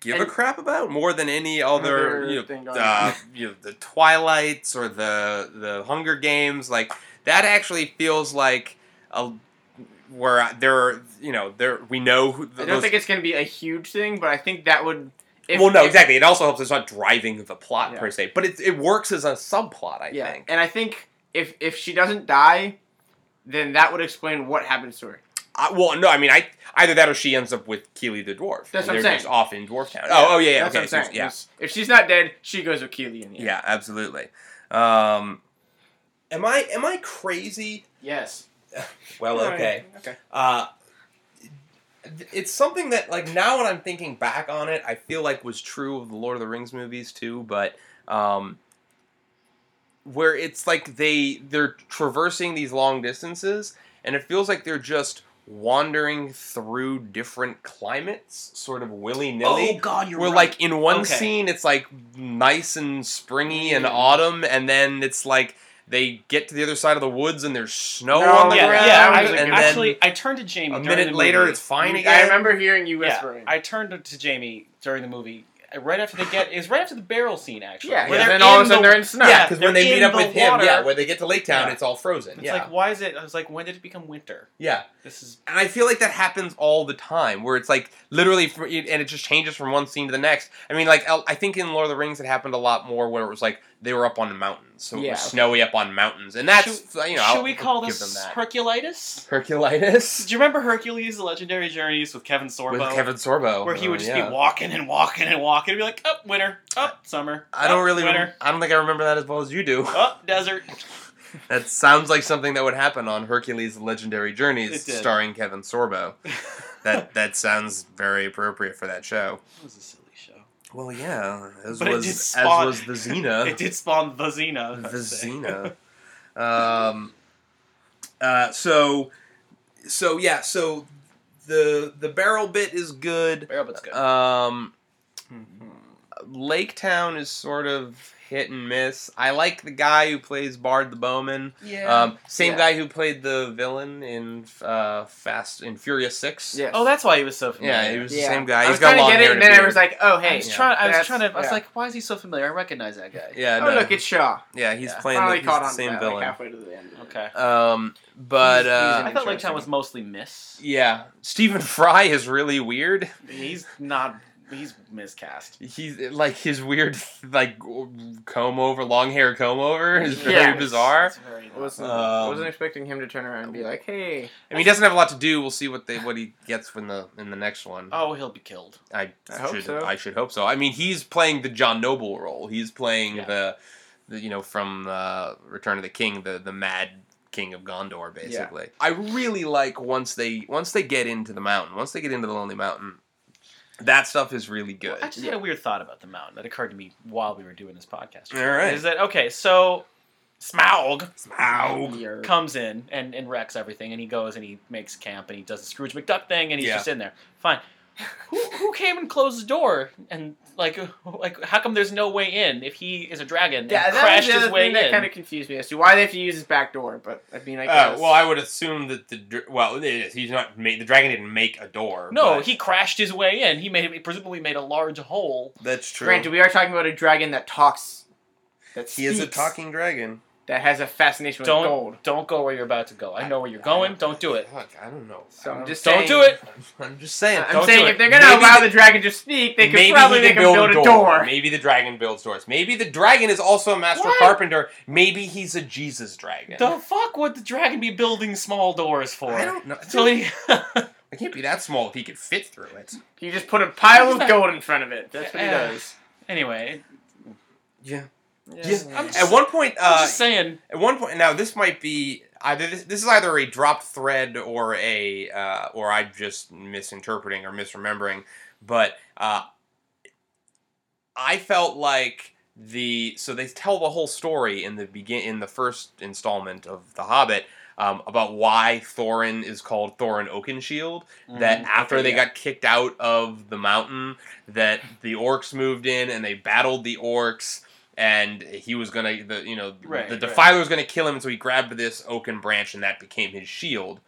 B: give a
D: And-
B: crap about more than any other,
D: Another
B: you, know,
D: thing going
B: uh,
D: on.
B: you know, the Twilights or the the Hunger Games. Like that actually feels like a where I- there are you know there we know who
D: I
B: the,
D: don't think it's gonna be a huge thing, but I think that would. If,
B: well no
D: if-
B: exactly it also helps it's not driving the plot
D: Yeah.
B: per se but it, it works as a subplot I
D: Yeah,
B: think
D: and I think if if she doesn't die, then that would explain what happens to her.
B: I, well no I mean I either that or she ends up with Keely the dwarf
D: That's what I'm
B: they're
D: saying.
B: just off in Dwarf Town oh oh yeah, yeah
D: That's
B: okay
D: what I'm
B: so it's-
D: saying.
B: yeah
D: It's- If she's not dead, she goes with Keely in the end.
B: Yeah, absolutely. Um, am I am I crazy?
D: Yes.
B: Well, okay.
D: Okay.
B: Uh, it's something that like now when I'm thinking back on it, I feel like was true of the Lord of the Rings movies too, but um, where it's like they they're traversing these long distances, and it feels like they're just wandering through different climates, sort of willy nilly.
A: Oh God, you're
B: Where
A: right.
B: like in one
C: Okay.
B: scene it's like nice and springy and
D: Mm.
B: autumn, and then it's like they get to the other side of the woods and there's snow
D: No,
B: on the
C: yeah,
B: ground.
C: yeah.
D: that
C: I,
D: was a good-
B: and
C: actually, I turned to Jamie.
B: then a
C: during
B: minute
C: the
B: later
C: movie.
B: it's fine again.
D: I remember hearing you
C: Yeah,
D: whispering.
C: I turned to- to Jamie during the movie uh, right after they get. It's right after the barrel scene actually.
D: yeah.
C: where
D: And
C: they're
D: then all of a
C: in
D: sudden
C: the-
D: they're in snow.
B: yeah, because
C: they're
B: when they
C: in
B: meet up
C: the
B: with him, yeah,
C: water.
B: when they get to Lake Town,
C: Yeah.
B: it's all frozen.
C: It's
B: yeah,
C: like why is it? I was like, when did it become winter?
B: yeah.
C: This is
B: and I feel like that happens all the time, where it's like literally, fr- it- and it just changes from one scene to the next. I mean, like I I think in Lord of the Rings, it happened a lot more, where it was like they were up on the mountains, so it
D: Yeah.
B: was snowy up on mountains, and that's you know.
C: Should
B: I'll
C: we call
B: give
C: this
B: them that.
C: Herculitis? Do
B: Herculitis
C: you remember Hercules, the legendary journeys with Kevin Sorbo?
B: with Kevin Sorbo,
C: Where he would
B: Oh,
C: just
B: yeah.
C: be walking and walking and walking and be like, up winter, up summer.
B: I don't
C: up,
B: really.
C: winter,
B: I don't think I remember that as well as you do.
C: up desert.
B: That sounds like something that would happen on Hercules: The Legendary Journeys,
C: It did.
B: starring Kevin Sorbo.
C: that
B: That that sounds very appropriate for that show.
C: was a silly show.
B: Well, yeah, as
C: But it
B: was
C: did
B: as
C: spawn-
B: was the Xena.
C: It did spawn the Xena. I
B: the
C: would say.
B: Xena. Um, uh, so, so yeah, so the the barrel bit is good.
C: Barrel bit's good.
B: Um,
D: Mm-hmm.
B: Lake Town is sort of hit and miss. I like the guy who plays Bard the Bowman.
C: yeah.
B: Um, same
D: Yeah.
B: guy who played the villain in uh, Fast and Furious Six.
D: Yes.
C: oh, that's why he was so familiar.
B: yeah, he was the
D: Yeah.
B: same guy.
D: I
B: He's
D: was
B: got
D: trying
B: long
D: to get
B: hair
D: it, and then
B: a
D: I was
B: beard.
D: like, oh
C: I
D: hey.
C: was trying. I was
D: That's-
C: trying to. I was
D: yeah.
C: like, why is he so familiar? I recognize that guy.
B: yeah,
D: Oh
B: no,
D: look, it's Shaw.
B: yeah, he's
C: Yeah.
B: playing the,
D: Finally
B: he's
D: caught
B: the
D: on
B: same
D: to that,
B: villain.
D: Like halfway to the end. of it.
C: Okay.
B: um, but
D: He's- he's
B: uh,
D: an
C: I thought Lake Town
D: interesting.
C: was mostly Miss.
B: Yeah, Stephen Fry is really weird.
C: He's not. He's miscast.
B: He's like his weird like comb over, long hair comb over is very
D: Yeah.
B: bizarre.
C: It's very
D: I wasn't,
B: Um,
D: wasn't expecting him to turn around and be like, hey.
B: I mean, he doesn't have a lot to do. We'll see what they what he gets in the in the next one.
C: oh, he'll be killed.
B: I,
D: Uh, I hope
B: should
D: so.
B: I should hope so. I mean, he's playing the John Noble role. He's playing
C: Yeah.
B: the, the you know from uh, Return of the King, the the mad king of Gondor, basically. I really like once they once they get into the mountain, once they get into the Lonely Mountain. That stuff is really good.
C: I just had a weird thought about the mountain that occurred to me while we were doing this podcast.
B: All right.
C: Is that okay? So Smaug
B: Smaug.
D: Your-
C: comes in and, and wrecks everything, and he goes and he makes camp and he does the Scrooge McDuck thing, and he's
B: Yeah.
C: just in there. Fine. who, who came and closed the door? And like, like, how come there's no way in if he is a dragon and
D: Yeah, that
C: crashed
D: was the
C: his
D: other
C: way
D: thing
C: in?
D: that kind of confused me as to why they have to use his back door. But I mean, I
B: Uh,
D: guess.
B: well, I would assume that the dr- well, it is. He's not made. The dragon didn't make a door.
C: no,
B: but-
C: he crashed his way in. He made he presumably made a large hole.
B: That's true.
D: Granted, we are talking about a dragon that talks. That
B: he is a
D: speaks,
B: talking dragon.
D: That has a fascination with
C: Don't
D: gold.
C: don't go where you're about to go. I know where you're going. Don't do it.
B: Fuck, I don't know.
D: So I'm just
C: Don't
D: saying,
C: do it.
B: I'm just saying.
D: I'm
C: Don't
D: saying
C: do it.
D: if they're gonna
B: Maybe
D: allow
B: the-
D: the, dragon to speak, they could
B: Maybe
D: probably
B: he
D: make
B: can
D: him build, a door.
B: Maybe the dragon builds doors. Maybe the dragon is also a master
C: What?
B: carpenter. Maybe he's a Jesus dragon.
C: The fuck would the dragon be building small doors for?
B: I don't know.
C: So he,
B: It can't be that small if he could fit through it.
D: You just put a pile
C: He's not-
D: of gold in front of it. That's what he
C: Yeah.
D: does.
C: anyway,
B: Yeah.
C: I'm just-
B: At one point,
C: I'm
B: uh,
C: just saying.
B: at one point, now this might be either this, this is either a dropped thread or a uh, or I'm just misinterpreting or misremembering, but uh, I felt like the so they tell the whole story in the begin in the first installment of The Hobbit. Um, about why Thorin is called Thorin Oakenshield, that after they got kicked out of the mountain, that the orcs moved in and they battled the orcs, and he was gonna, the you know,
C: Right,
B: the
C: right.
B: defiler was gonna kill him, and so he grabbed this oaken branch and that became his shield.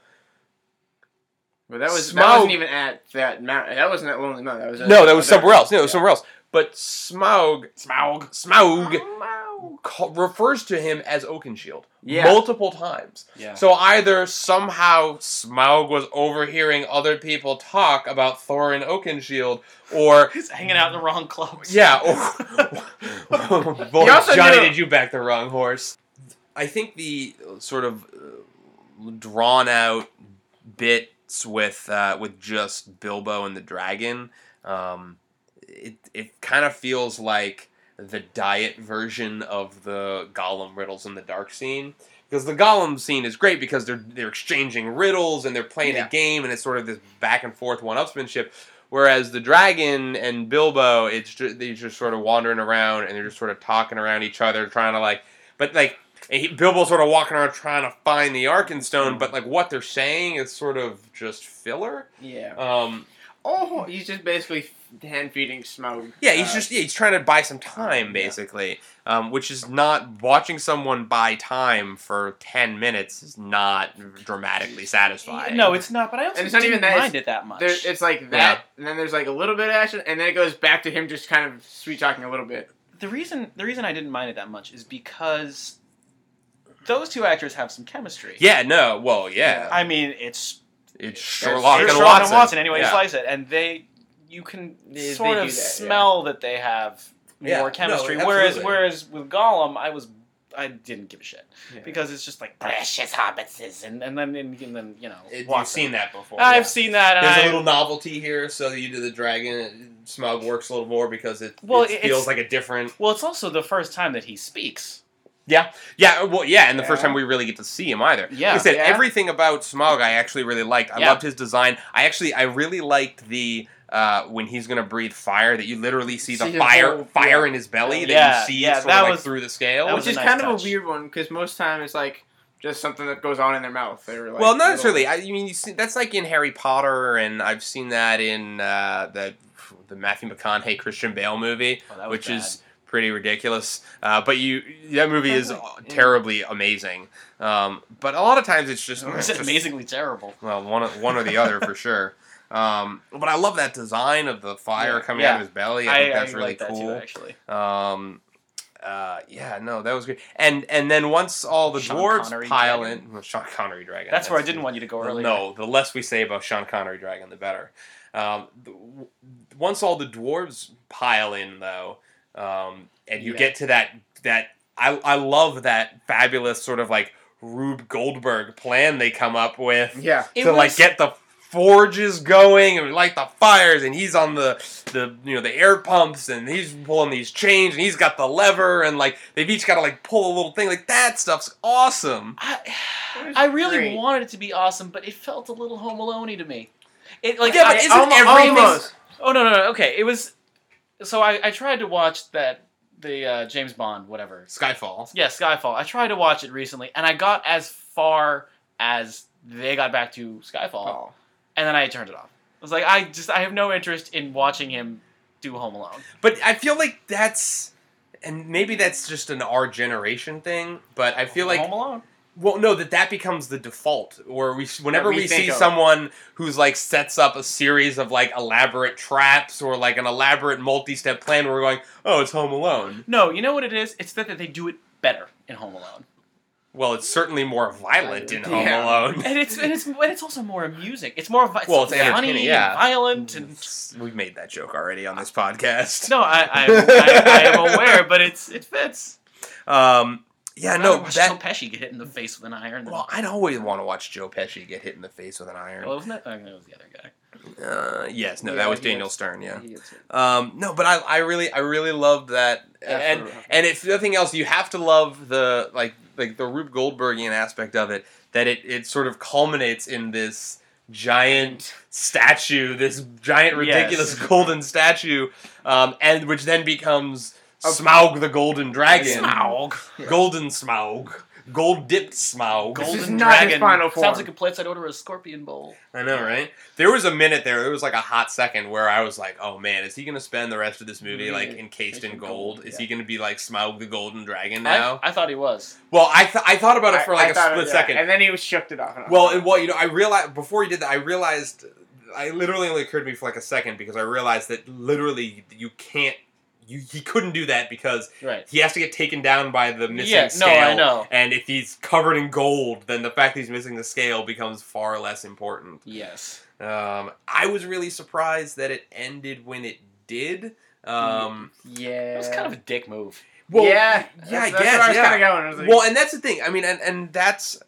D: Well, that was
B: Smaug-
D: that wasn't even at that mountain. That wasn't at Lonely Mountain. That was at,
B: No, that was
D: other-
B: somewhere else. No, it was
D: Yeah.
B: somewhere else. But Smaug,
C: Smaug.
B: Smaug, ca- refers to him as Oakenshield
D: Yeah.
B: multiple times.
C: Yeah.
B: So either somehow Smaug was overhearing other people talk about Thorin Oakenshield, or
C: He's hanging out in the wrong clothes.
B: Yeah. Oh, boy,
D: You also
B: Johnny,
D: knew-
B: did you back the wrong horse? I think the uh, sort of uh, drawn out bits with uh, with just Bilbo and the dragon, um, it it kind of feels like the diet version of the Gollum riddles in the dark scene. Because the Gollum scene is great because they're they're exchanging riddles and they're playing
D: Yeah.
B: a game and it's sort of this back and forth one upsmanship. Whereas the dragon and Bilbo, it's just, they're just sort of wandering around and they're just sort of talking around each other, trying to like, but like and he, Bilbo's sort of walking around trying to find the Arkenstone, but like what they're saying is sort of just filler.
D: Yeah.
B: Um,
D: Oh, he's just basically hand feeding Smaug.
B: yeah, he's
D: Uh,
B: just yeah, he's trying to buy some time
D: yeah.
B: basically, um, which is not watching someone buy time for ten minutes is not dramatically satisfying.
C: No, it's not. But I also
D: And it's not
C: didn't
D: even that,
C: mind it that much.
D: There, it's like that, and then there's like a little bit of action, and then it goes back to him just kind of sweet talking a little bit.
C: the reason the reason I didn't mind it that much is because those two actors have some chemistry.
B: yeah, no, well, yeah,
C: I mean, it's
B: it's
D: There's
B: Sherlock and
C: it's
D: Sherlock
B: Watson.
C: Sean and Watson anyway.
B: Yeah.
C: You slice it, and they you can
D: They- they
C: sort
D: do
C: of
D: that, yeah.
C: smell that they have
B: Yeah,
C: more
B: no,
C: chemistry.
B: absolutely.
C: whereas whereas with Gollum, I was I didn't give a shit
D: Yeah.
C: because it's just like precious hobbitses, and and then and, then you know
B: It- you've
C: Watson.
B: seen that before.
C: I've
B: yeah.
C: seen that, and
B: There's
C: I,
B: a little novelty here, so you do the dragon. Smug works a little more because it,
C: Well,
B: it
C: it's-
B: feels like a different.
C: well, it's also the first time that he speaks.
B: Yeah, well, yeah, and the first
D: Yeah.
B: time we really get to see him either.
C: Yeah.
B: like I said
D: Yeah.
B: everything about Smog I actually really liked. I
C: Yeah.
B: loved his design. I actually I really liked the uh, when he's gonna breathe fire that you literally see the
D: See his
B: fire
D: whole-
B: fire
D: yeah.
B: in his belly
C: Yeah,
B: that you see
C: yeah,
B: sort
C: that
B: of like
C: was-
B: through the scale.
C: that
D: Which
C: was a
D: is
C: nice
D: kind of
C: touch.
D: a weird one because most time it's like just something that goes on in their mouth. They're like
B: well, not
D: little-
B: necessarily. I mean, you see, that's like in Harry Potter, and I've seen that in uh, the the Matthew McConaughey Christian Bale movie.
C: Oh, that was
B: which
C: bad.
B: is pretty ridiculous. Uh, but you, that movie is
D: Sounds like-
B: terribly amazing. Um, but a lot of times it's just,
C: Or
B: it's
C: is it
B: just-
C: amazingly terrible.
B: Well, one one or the other for sure. Um, but I love that design of the fire
C: Yeah.
B: coming out of
C: Yeah.
B: his belly. I, think that's really
C: like
B: cool.
C: That too, actually,
B: Um, uh, yeah, no, that was good. And and then once all the
C: Sean
B: dwarves
C: Connery
B: pile
C: dragon.
B: in, well, Sean Connery dragon.
C: that's where I
B: the-
C: didn't want you to go
B: well,
C: earlier.
B: No, the less we say about Sean Connery Dragon, the better. Um, the, w- once all the dwarves pile in, though, um, and you
D: Yeah.
B: get to that that I, I love that fabulous sort of like Rube Goldberg plan they come up with
D: Yeah.
C: It
B: to like
C: was-
B: get the forges going and light the fires and he's on the the you know the air pumps and he's pulling these chains and he's got the lever and like they've each got to like pull a little thing like that stuff's awesome
C: I,
D: It was
C: I really
D: great.
C: wanted it to be awesome, but it felt a little Home Alone to me. It like
B: Yeah, but
C: I-
B: isn't
D: Almo-
B: everything-
D: almost.
C: Oh no, no, no. Okay, it was. So I, I tried to watch that the uh, James Bond whatever.
B: Skyfall.
C: Yeah, Skyfall. I tried to watch it recently, and I got as far as they got back to Skyfall,
D: Oh.
C: and then I turned it off. I was like, I just I have no interest in watching him do Home Alone.
B: But I feel like that's, and maybe that's just an our generation thing. But I feel like
C: Home Alone.
B: Well, no, that that becomes the default. Or we, whenever
D: That we
B: we
D: think
B: see
D: of.
B: someone who's like sets up a series of like elaborate traps or like an elaborate multi-step plan, we're going, "Oh, it's Home Alone."
C: No, you know what it is? It's that, that they do it better in Home Alone,
B: Well, it's certainly more violent in Home
D: Yeah.
B: Alone.
C: and it's and it's and it's also more amusing. It's more vi-
B: Well, it's
C: funny
B: entertaining, yeah.
C: and violent and.
B: We've made that joke already on this podcast.
C: No, I, I, I, I am aware, but it's it fits.
B: Um, yeah,
C: I
B: no,
C: watched Joe
B: that.
C: Pesci get hit in the face with an iron.
B: Well, I'd always want to watch Joe Pesci get hit in the face with an
C: oh,
B: iron.
C: wasn't it? Oh, no, it was the other guy.
B: Uh, yes, no,
D: Yeah,
B: that was
D: he
B: Daniel
D: is.
B: Stern. Yeah.
D: He gets it.
B: Um, no, but I, I really I really loved that, and
D: After-
B: and if nothing else, you have to love the like like the Rube Goldbergian aspect of it that it it sort of culminates in this giant statue, this giant
C: Yes.
B: ridiculous golden statue, um, and which then becomes
D: A-
B: Smaug the Golden Dragon,
C: Smaug.
B: Golden Smaug, Gold dipped Smaug.
D: Gold-
C: Golden
D: is not his
C: Dragon.
D: final form.
C: Sounds like a place I'd order a scorpion bowl.
B: I know, right? There was a minute there. It was like a hot second where I was like, "Oh man, is he going to spend the rest of this movie
D: Yeah.
B: like encased in
D: Encased in
B: gold?
D: gold,
B: Is
D: yeah.
B: he going to be like Smaug the Golden Dragon now?"
C: I, I thought he was.
B: well, I th- I thought about it for
D: I-
B: like
D: I
B: a
D: thought
B: split
D: it- yeah.
B: second.
D: and then he was shook it off. and I was
B: well,
D: like,
B: and well, you know, I realized before he did that, I realized I literally only occurred to me for like a second because I realized that literally you can't. You, he couldn't do that because
C: Right.
B: he has to get taken down by the missing
C: Yeah, no,
B: scale.
C: I know.
B: And if he's covered in gold, then the fact that he's missing the scale becomes far less important.
C: Yes.
B: Um, I was really surprised that it ended when it did. Um,
D: yeah,
C: It was kind of a dick move.
B: well,
D: Mm-hmm. yeah,
B: I
D: that's, that's
B: guess,
D: where I was
B: yeah.
D: kind of going. I was like,
B: well, and that's the thing. I mean, and, and that's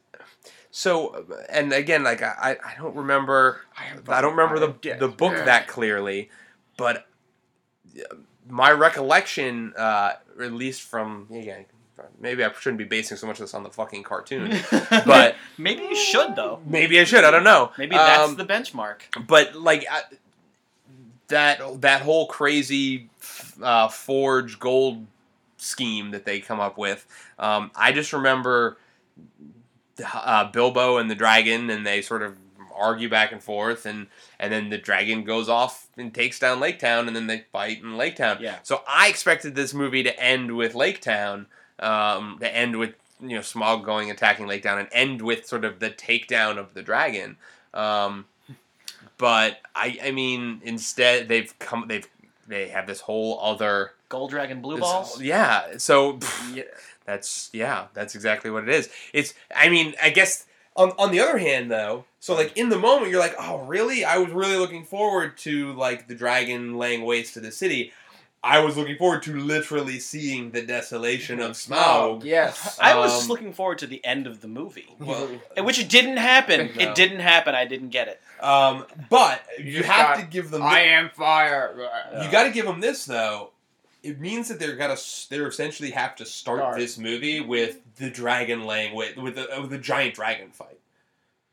B: so. And again, like I, I I don't remember. I don't remember the the book that clearly, but uh, my recollection, uh, at least from again, maybe I shouldn't be basing so much of this on the fucking cartoon, but
C: maybe you should though.
B: maybe I should. I don't know.
C: Maybe that's
B: Um,
C: the benchmark.
B: but like I, that that whole crazy uh, forge gold scheme that they come up with um, i just remember uh, bilbo and the dragon and they sort of argue back and forth and and then the dragon goes off and takes down lake town and then they fight in lake town
C: Yeah.
B: so i expected this movie to end with lake town um, to end with you know smog going attacking lake town and end with sort of the takedown of the dragon um, but I, I mean, instead they've come, they've, they have this whole other,
C: Gold Dragon Blue
B: this-
C: Balls.
B: yeah. So
D: Yeah.
B: that's yeah, that's exactly what it is. It's, I mean, I guess on on the other hand though, so like in the moment you're like, oh really? I was really looking forward to like the dragon laying waste to the city. I was looking forward to literally seeing the desolation of
D: Oh,
B: Smaug.
D: yes.
C: I was just
B: Um,
C: looking forward to the end of the movie,
B: Well,
C: which it didn't happen.
B: No.
C: It didn't happen. I didn't get it.
B: um, but
D: You
B: you
D: just
B: have
D: got-
B: to give them.
D: I am fire.
B: You got to give them this though. It means that they're gonna s- they're essentially have to start
D: Start.
B: this movie with the dragon laying with with the, with the giant dragon fight,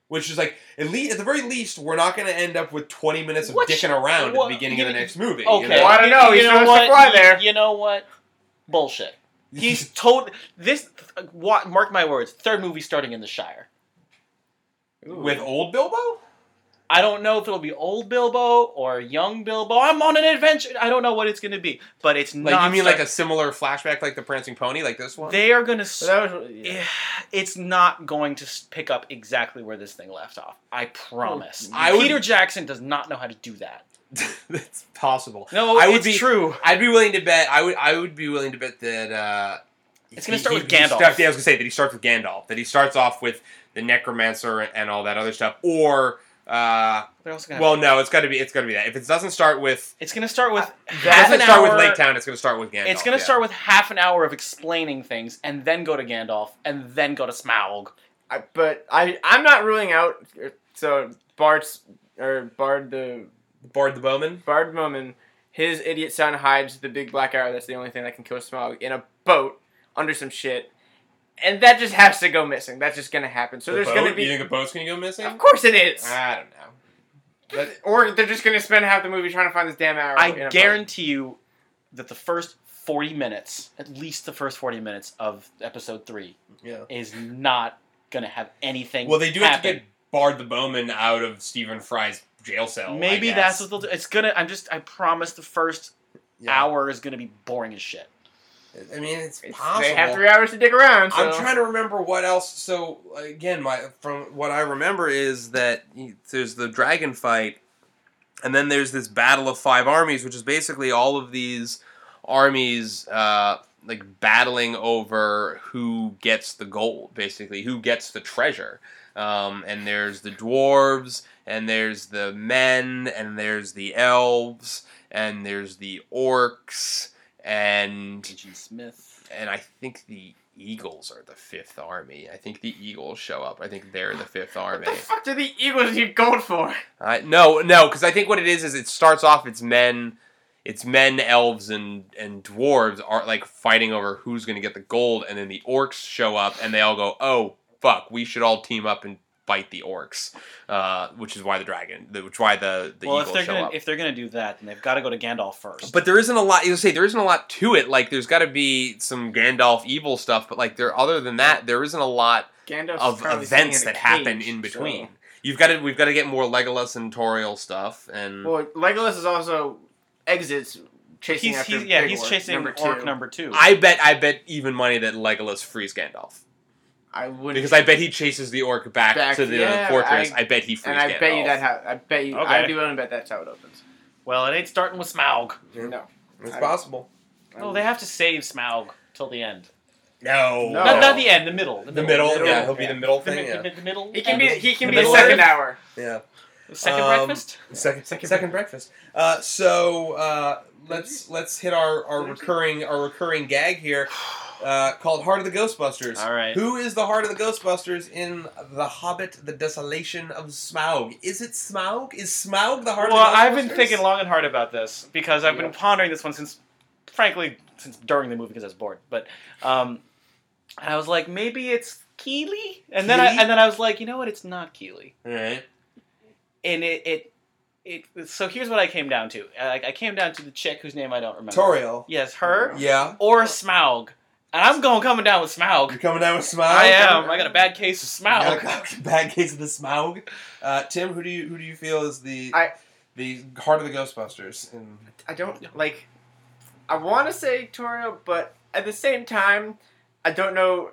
B: which is like at least at the very least we're not gonna end up with twenty minutes of
C: What sh-
B: dicking around
C: what-
B: at the beginning of the next movie. you
C: Okay.
B: know?
D: Well, I don't
B: Oh,
D: know.
C: You,
D: He's
C: know
D: trying to
C: what?
D: supply
C: You-
D: there.
C: you know what? Bullshit. He's told this. What? Mark my words. Third movie starting in the Shire.
B: with old Bilbo.
C: I don't know if it'll be old Bilbo or young Bilbo. I'm on an adventure. I don't know what it's going to be, but it's
B: Like
C: not.
B: you mean like a similar flashback, like the Prancing Pony, like this one.
C: They are going to.
D: So that was, yeah.
C: It's not going to s- pick up exactly where this thing left off. I promise.
B: Oh, I would-
C: Peter Jackson does not know how to do that.
B: That's possible.
C: No,
B: I would
C: it's
B: be-
C: true.
B: I'd be willing to bet. I would. I would be willing to bet that. Uh,
C: It's gonna
B: he-
C: start
B: he-
C: with
B: he
C: Gandalf.
B: starts- yeah, I was gonna say that he starts with Gandalf. That he starts off with the necromancer and, and all that other stuff. Or, uh,
C: They're also gonna
B: well, no, it's gotta be. It's gotta be that. If it doesn't start with,
C: it's going to start with
B: if it
C: half
B: doesn't
C: an
B: start
C: hour-
B: with Lake Town. It's gonna start with Gandalf.
C: It's going to
B: yeah.
C: start with half an hour of explaining things, and then go to Gandalf, and then go to Smaug.
D: I, but I, I'm not ruling out. er, So Bart's or Bard the
B: Bard the Bowman.
D: Bard Momin, his idiot son hides the big black arrow. That's the only thing that can kill Smaug in a boat under some shit, and that just has to go missing. That's just gonna happen. So there's
B: The boat?
D: gonna
B: You Ah.
D: be.
B: think a boat's gonna go missing?
D: Of course it is.
B: I don't know. That-
D: or they're just gonna spend half the movie trying to find this damn arrow. in a
C: I
D: boat.
C: guarantee you that the first 40 minutes, at least the first 40 minutes of episode 3,
B: yeah.
C: is not going to have anything
B: Well, they do have
C: happen.
B: to get Bard the Bowman out of Stephen Fry's jail cell. I
C: Maybe
B: guess.
C: that's what they'll do. It's gonna. I'm just. I promise. The first
B: Yeah.
C: hour is gonna be boring as shit.
B: I mean, it's,
D: It's-
B: possible.
D: They have three hours to dig around.
B: I'm
D: so-
B: trying to remember what else. So again, my from what I remember is that there's the dragon fight, and then there's this battle of five armies, which is basically all of these armies uh, like battling over who gets the gold, basically who gets the treasure. Um, and there's the dwarves, and there's the men, and there's the elves, and there's the orcs, and
C: Agent Smith.
B: and I think the Eagles are the fifth army. I think the Eagles show up. I think they're the fifth
D: What
B: army.
D: the fuck do the Eagles need gold for?
B: I, no, no, because I think what it is is it starts off it's men, it's men, elves, and and dwarves are like fighting over who's going to get the gold, and then the orcs show up and they all go, oh fuck, we should all team up and fight the orcs, uh, which is why the dragon, which is why the the
C: well, if
B: Eagles
C: they're
B: show
C: gonna
B: up.
C: if they're gonna do that, then they've got to go to Gandalf first.
B: But there isn't a lot. You say there isn't a lot to it. Like there's got to be some Gandalf evil stuff, but like there, other than that, there isn't a lot
D: Gandalf's
B: of
D: probably sitting
B: events
D: in a
B: that happen
D: cage,
B: in
D: so-
B: between. You've got to we've got to get more Legolas and Toriel stuff, and
D: Well, Legolas is also exits chasing
C: he's,
D: after.
C: he's yeah
D: Big
C: he's
D: Orc,
C: chasing
D: number two.
C: orc number two.
B: I bet I bet even money that Legolas frees Gandalf
D: I would
B: because I bet he chases the orc back,
D: Back-
B: to the
D: yeah,
B: fortress.
D: I-
B: I, bet he frees
D: and I
B: Gandalf.
D: bet you that how I bet you
C: Okay.
D: I'd be willing to bet that's how it opens.
C: well, it ain't starting with Smaug.
D: No.
B: it's
D: I-
B: possible.
C: Oh, they have to save Smaug till the end.
B: No,
D: No.
C: Not, not the end, the middle.
B: the middle.
D: middle,
B: Yeah, he'll be the middle
C: The,
B: thing.
C: mi-
B: Yeah,
C: the, the middle.
D: He can be he can
C: The
D: be the
C: middle
D: second
C: order?
D: hour.
B: yeah.
C: Second
B: Um,
C: breakfast.
B: Second, second, breakfast. Uh, so uh, let's let's hit our, our recurring our recurring gag here, uh, called Heart of the Ghostbusters.
C: All right.
B: Who is the Heart of the Ghostbusters in The Hobbit: The Desolation of Smaug? Is it Smaug? Is Smaug the Heart
C: Well,
B: of the Ghostbusters?
C: I've been thinking long and hard about this because I've been
D: Yeah.
C: pondering this one since, frankly, since during the movie because I was bored. But, um, and I was like, maybe it's Keeley, and then I
B: Keeley?
C: and then I was like, you know what? It's not Keeley,
B: All right.
C: and it it. It, so here's what I came down to. I, I came down to the chick whose name I don't remember.
B: Toriel.
C: Yes, her
B: Yeah.
C: or Smaug, and I'm going coming down with
B: You're
C: Smaug.
B: coming down with Smaug.
C: I am. I got a bad case of
B: Now,
C: Smaug.
B: Bad case of the Smaug. Uh, Tim, who do you who do you feel is the
D: I-
B: the Heart of the Ghostbusters? In...
D: I don't like. I want to say Toriel, but at the same time, I don't know.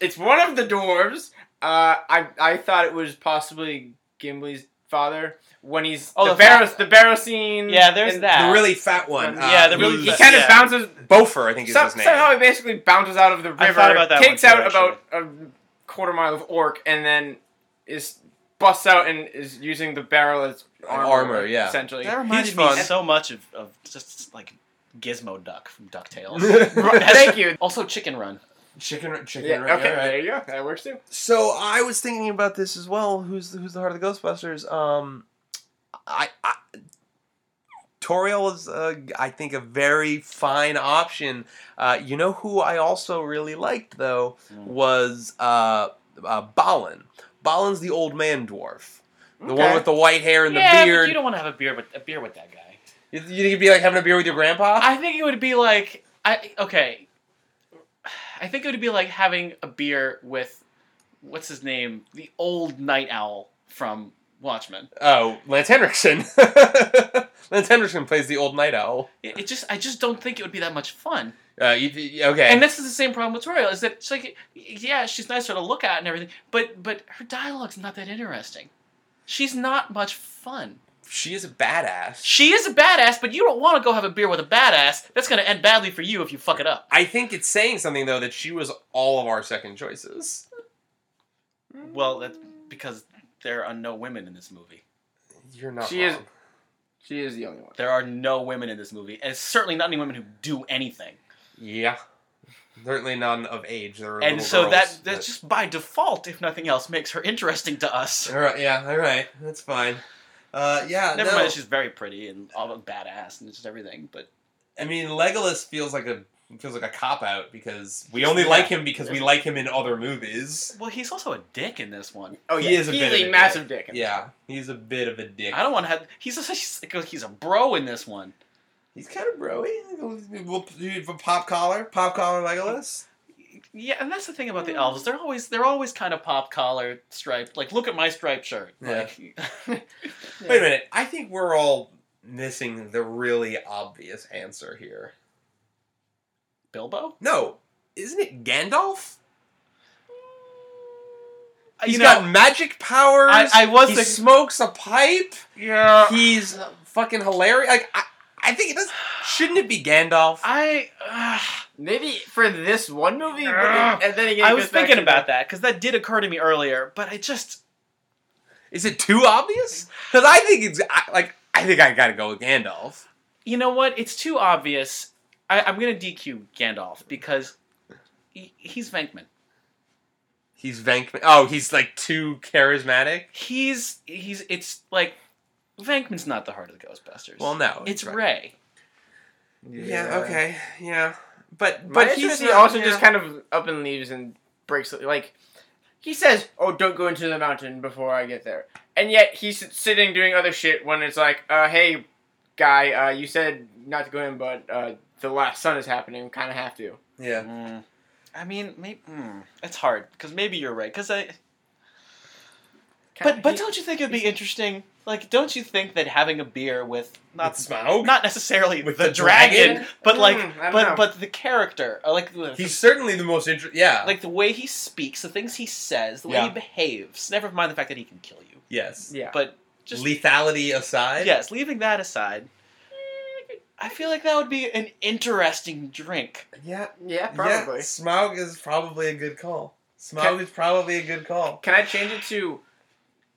D: It's one of the dwarves. Uh, I I thought it was possibly Gimli's father when he's
C: Oh,
D: the,
C: the
D: barrow
C: fa-
D: the barrow scene.
C: Yeah, there's
D: and
C: that.
B: The really fat one.
C: Uh, Yeah,
B: uh,
C: the really
B: who's-
D: He
C: fat-
D: kind of
C: yeah.
D: bounces.
B: Bofer, I think is
D: Some,
B: his name.
D: somehow he basically bounces out of the
C: I
D: river,
C: thought about that
D: takes
C: one too,
D: out about a quarter mile of orc, and then is busts out and is using the barrel as armor.
B: armor, yeah.
D: essentially.
C: That reminded
B: He's
C: me
B: fun.
C: so much of, of just like Gizmo Duck from DuckTales.
D: Thank you.
C: also, Chicken Run.
B: chicken, chicken.
D: Yeah,
B: right,
D: okay,
B: all right.
D: there you go. That works too.
B: So I was thinking about this as well. Who's who's the heart of the Ghostbusters? Um, I, I Toriel is uh, I think a very fine option. Uh, you know who I also really liked though
C: Mm.
B: was uh, uh Balin. Balin's the old man dwarf, the one
D: Okay.
B: with the white hair and
C: yeah,
B: the beard.
C: but you don't want to have a beer with a beer with that guy.
B: You think it'd be like having a beer with your grandpa?
C: I think it would be like I okay. I think it would be like having a beer with what's his name, the old night owl from Watchmen.
B: oh, Lance Henriksen. Lance Henriksen plays the old night owl.
C: It, it just I just don't think it would be that much fun.
B: Uh, you, you- okay.
C: And this is the same problem with Toriel is that she's like, yeah, she's nicer to look at and everything, but but her dialogue's not that interesting. She's not much fun.
B: she is a badass.
C: She is a badass, but you don't want to go have a beer with a badass. That's going to end badly for you if you fuck it up.
B: I think it's saying something though that she was all of our second choices.
C: Well, that's because there are no women in this movie.
B: You're not.
D: She is-
B: wrong.
D: She is the only one.
C: There are no women in this movie, and certainly not any women who do anything.
B: Yeah. Certainly none of age. There are
C: and
B: little
C: so
B: girls
C: that that just by default, if nothing else, makes her interesting to us.
B: All right. Yeah. All right. That's fine. Uh, yeah.
C: Never
B: no.
C: mind, that she's very pretty and all badass and just everything, but
B: I mean, Legolas feels like a It feels like a cop out because we only like him because we like him in other movies.
C: Well, he's also a dick in this one.
D: Oh
B: He
D: yeah,
B: is a
D: he's
B: bit of a
D: a
B: dick.
D: massive dick.
B: Yeah, he's a bit of a dick.
C: I don't want to have. He's a, he's a bro in this one.
B: He's kind of broy. We'll, we'll- pop collar, pop collar Legolas.
C: Yeah, and that's the thing about the elves. They're always they're always kind of pop collar striped. Like, look at my striped shirt.
B: Yeah.
C: Like,
B: Wait a minute. I think we're all missing the really obvious answer here.
C: Bilbo.
B: No, isn't it Gandalf?
C: Uh,
B: He's
C: you know,
B: got magic powers.
C: I, I was
B: he
C: thinking-
B: smokes a pipe.
D: Yeah.
B: He's fucking hilarious. Like I, I think it does. Shouldn't it be Gandalf?
C: I uh,
D: Maybe for this one movie, but
C: Ugh.
D: then, and then again, it
C: I was
D: goes back
C: thinking
D: to
C: about that because that did occur to me earlier, but I just
B: Is it too obvious? Because I think it's I, like I think I gotta go with Gandalf.
C: you know what? It's too obvious. I, I'm gonna DQ Gandalf because he, he's Venkman.
B: He's Venkman. Oh, he's like too charismatic.
C: He's he's it's like Venkman's not the heart of the Ghostbusters.
B: Well, no,
C: it's
B: right.
C: Ray.
B: Yeah. Okay. Yeah. But
D: But
B: but
D: Might as
B: he's
D: well he
B: not-
D: also
B: yeah.
D: just kind of up and leaves and breaks like he says, "Oh, don't go into the mountain before I get there." And yet he's sitting doing other shit when it's like, uh, "Hey, guy, uh, you said not to go in, but uh, the last sun is happening. Kind of have to."
B: yeah.
C: Mm. I mean, maybe mm, it's hard because maybe you're right. Because I, but but don't you think it'd be interesting? Like, don't you think that having a beer with not
B: Smaug.
C: not necessarily
B: With
C: the,
B: the
C: dragon,
B: dragon?
C: but like
D: Mm, I don't
C: but
D: know.
C: but the character, or like the,
B: He's certainly the most interesting. Yeah.
C: like the way he speaks, the things he says, the way
B: Yeah.
C: he behaves. Never mind the fact that he can kill you,
B: yes.
D: yeah.
C: but just
B: Lethality aside.
C: yes, leaving that aside. I feel like that would be an interesting drink.
B: Yeah.
D: yeah,
B: Yeah,
D: probably.
B: Smaug is probably a good call. Smaug is probably a good call.
D: Can I change it to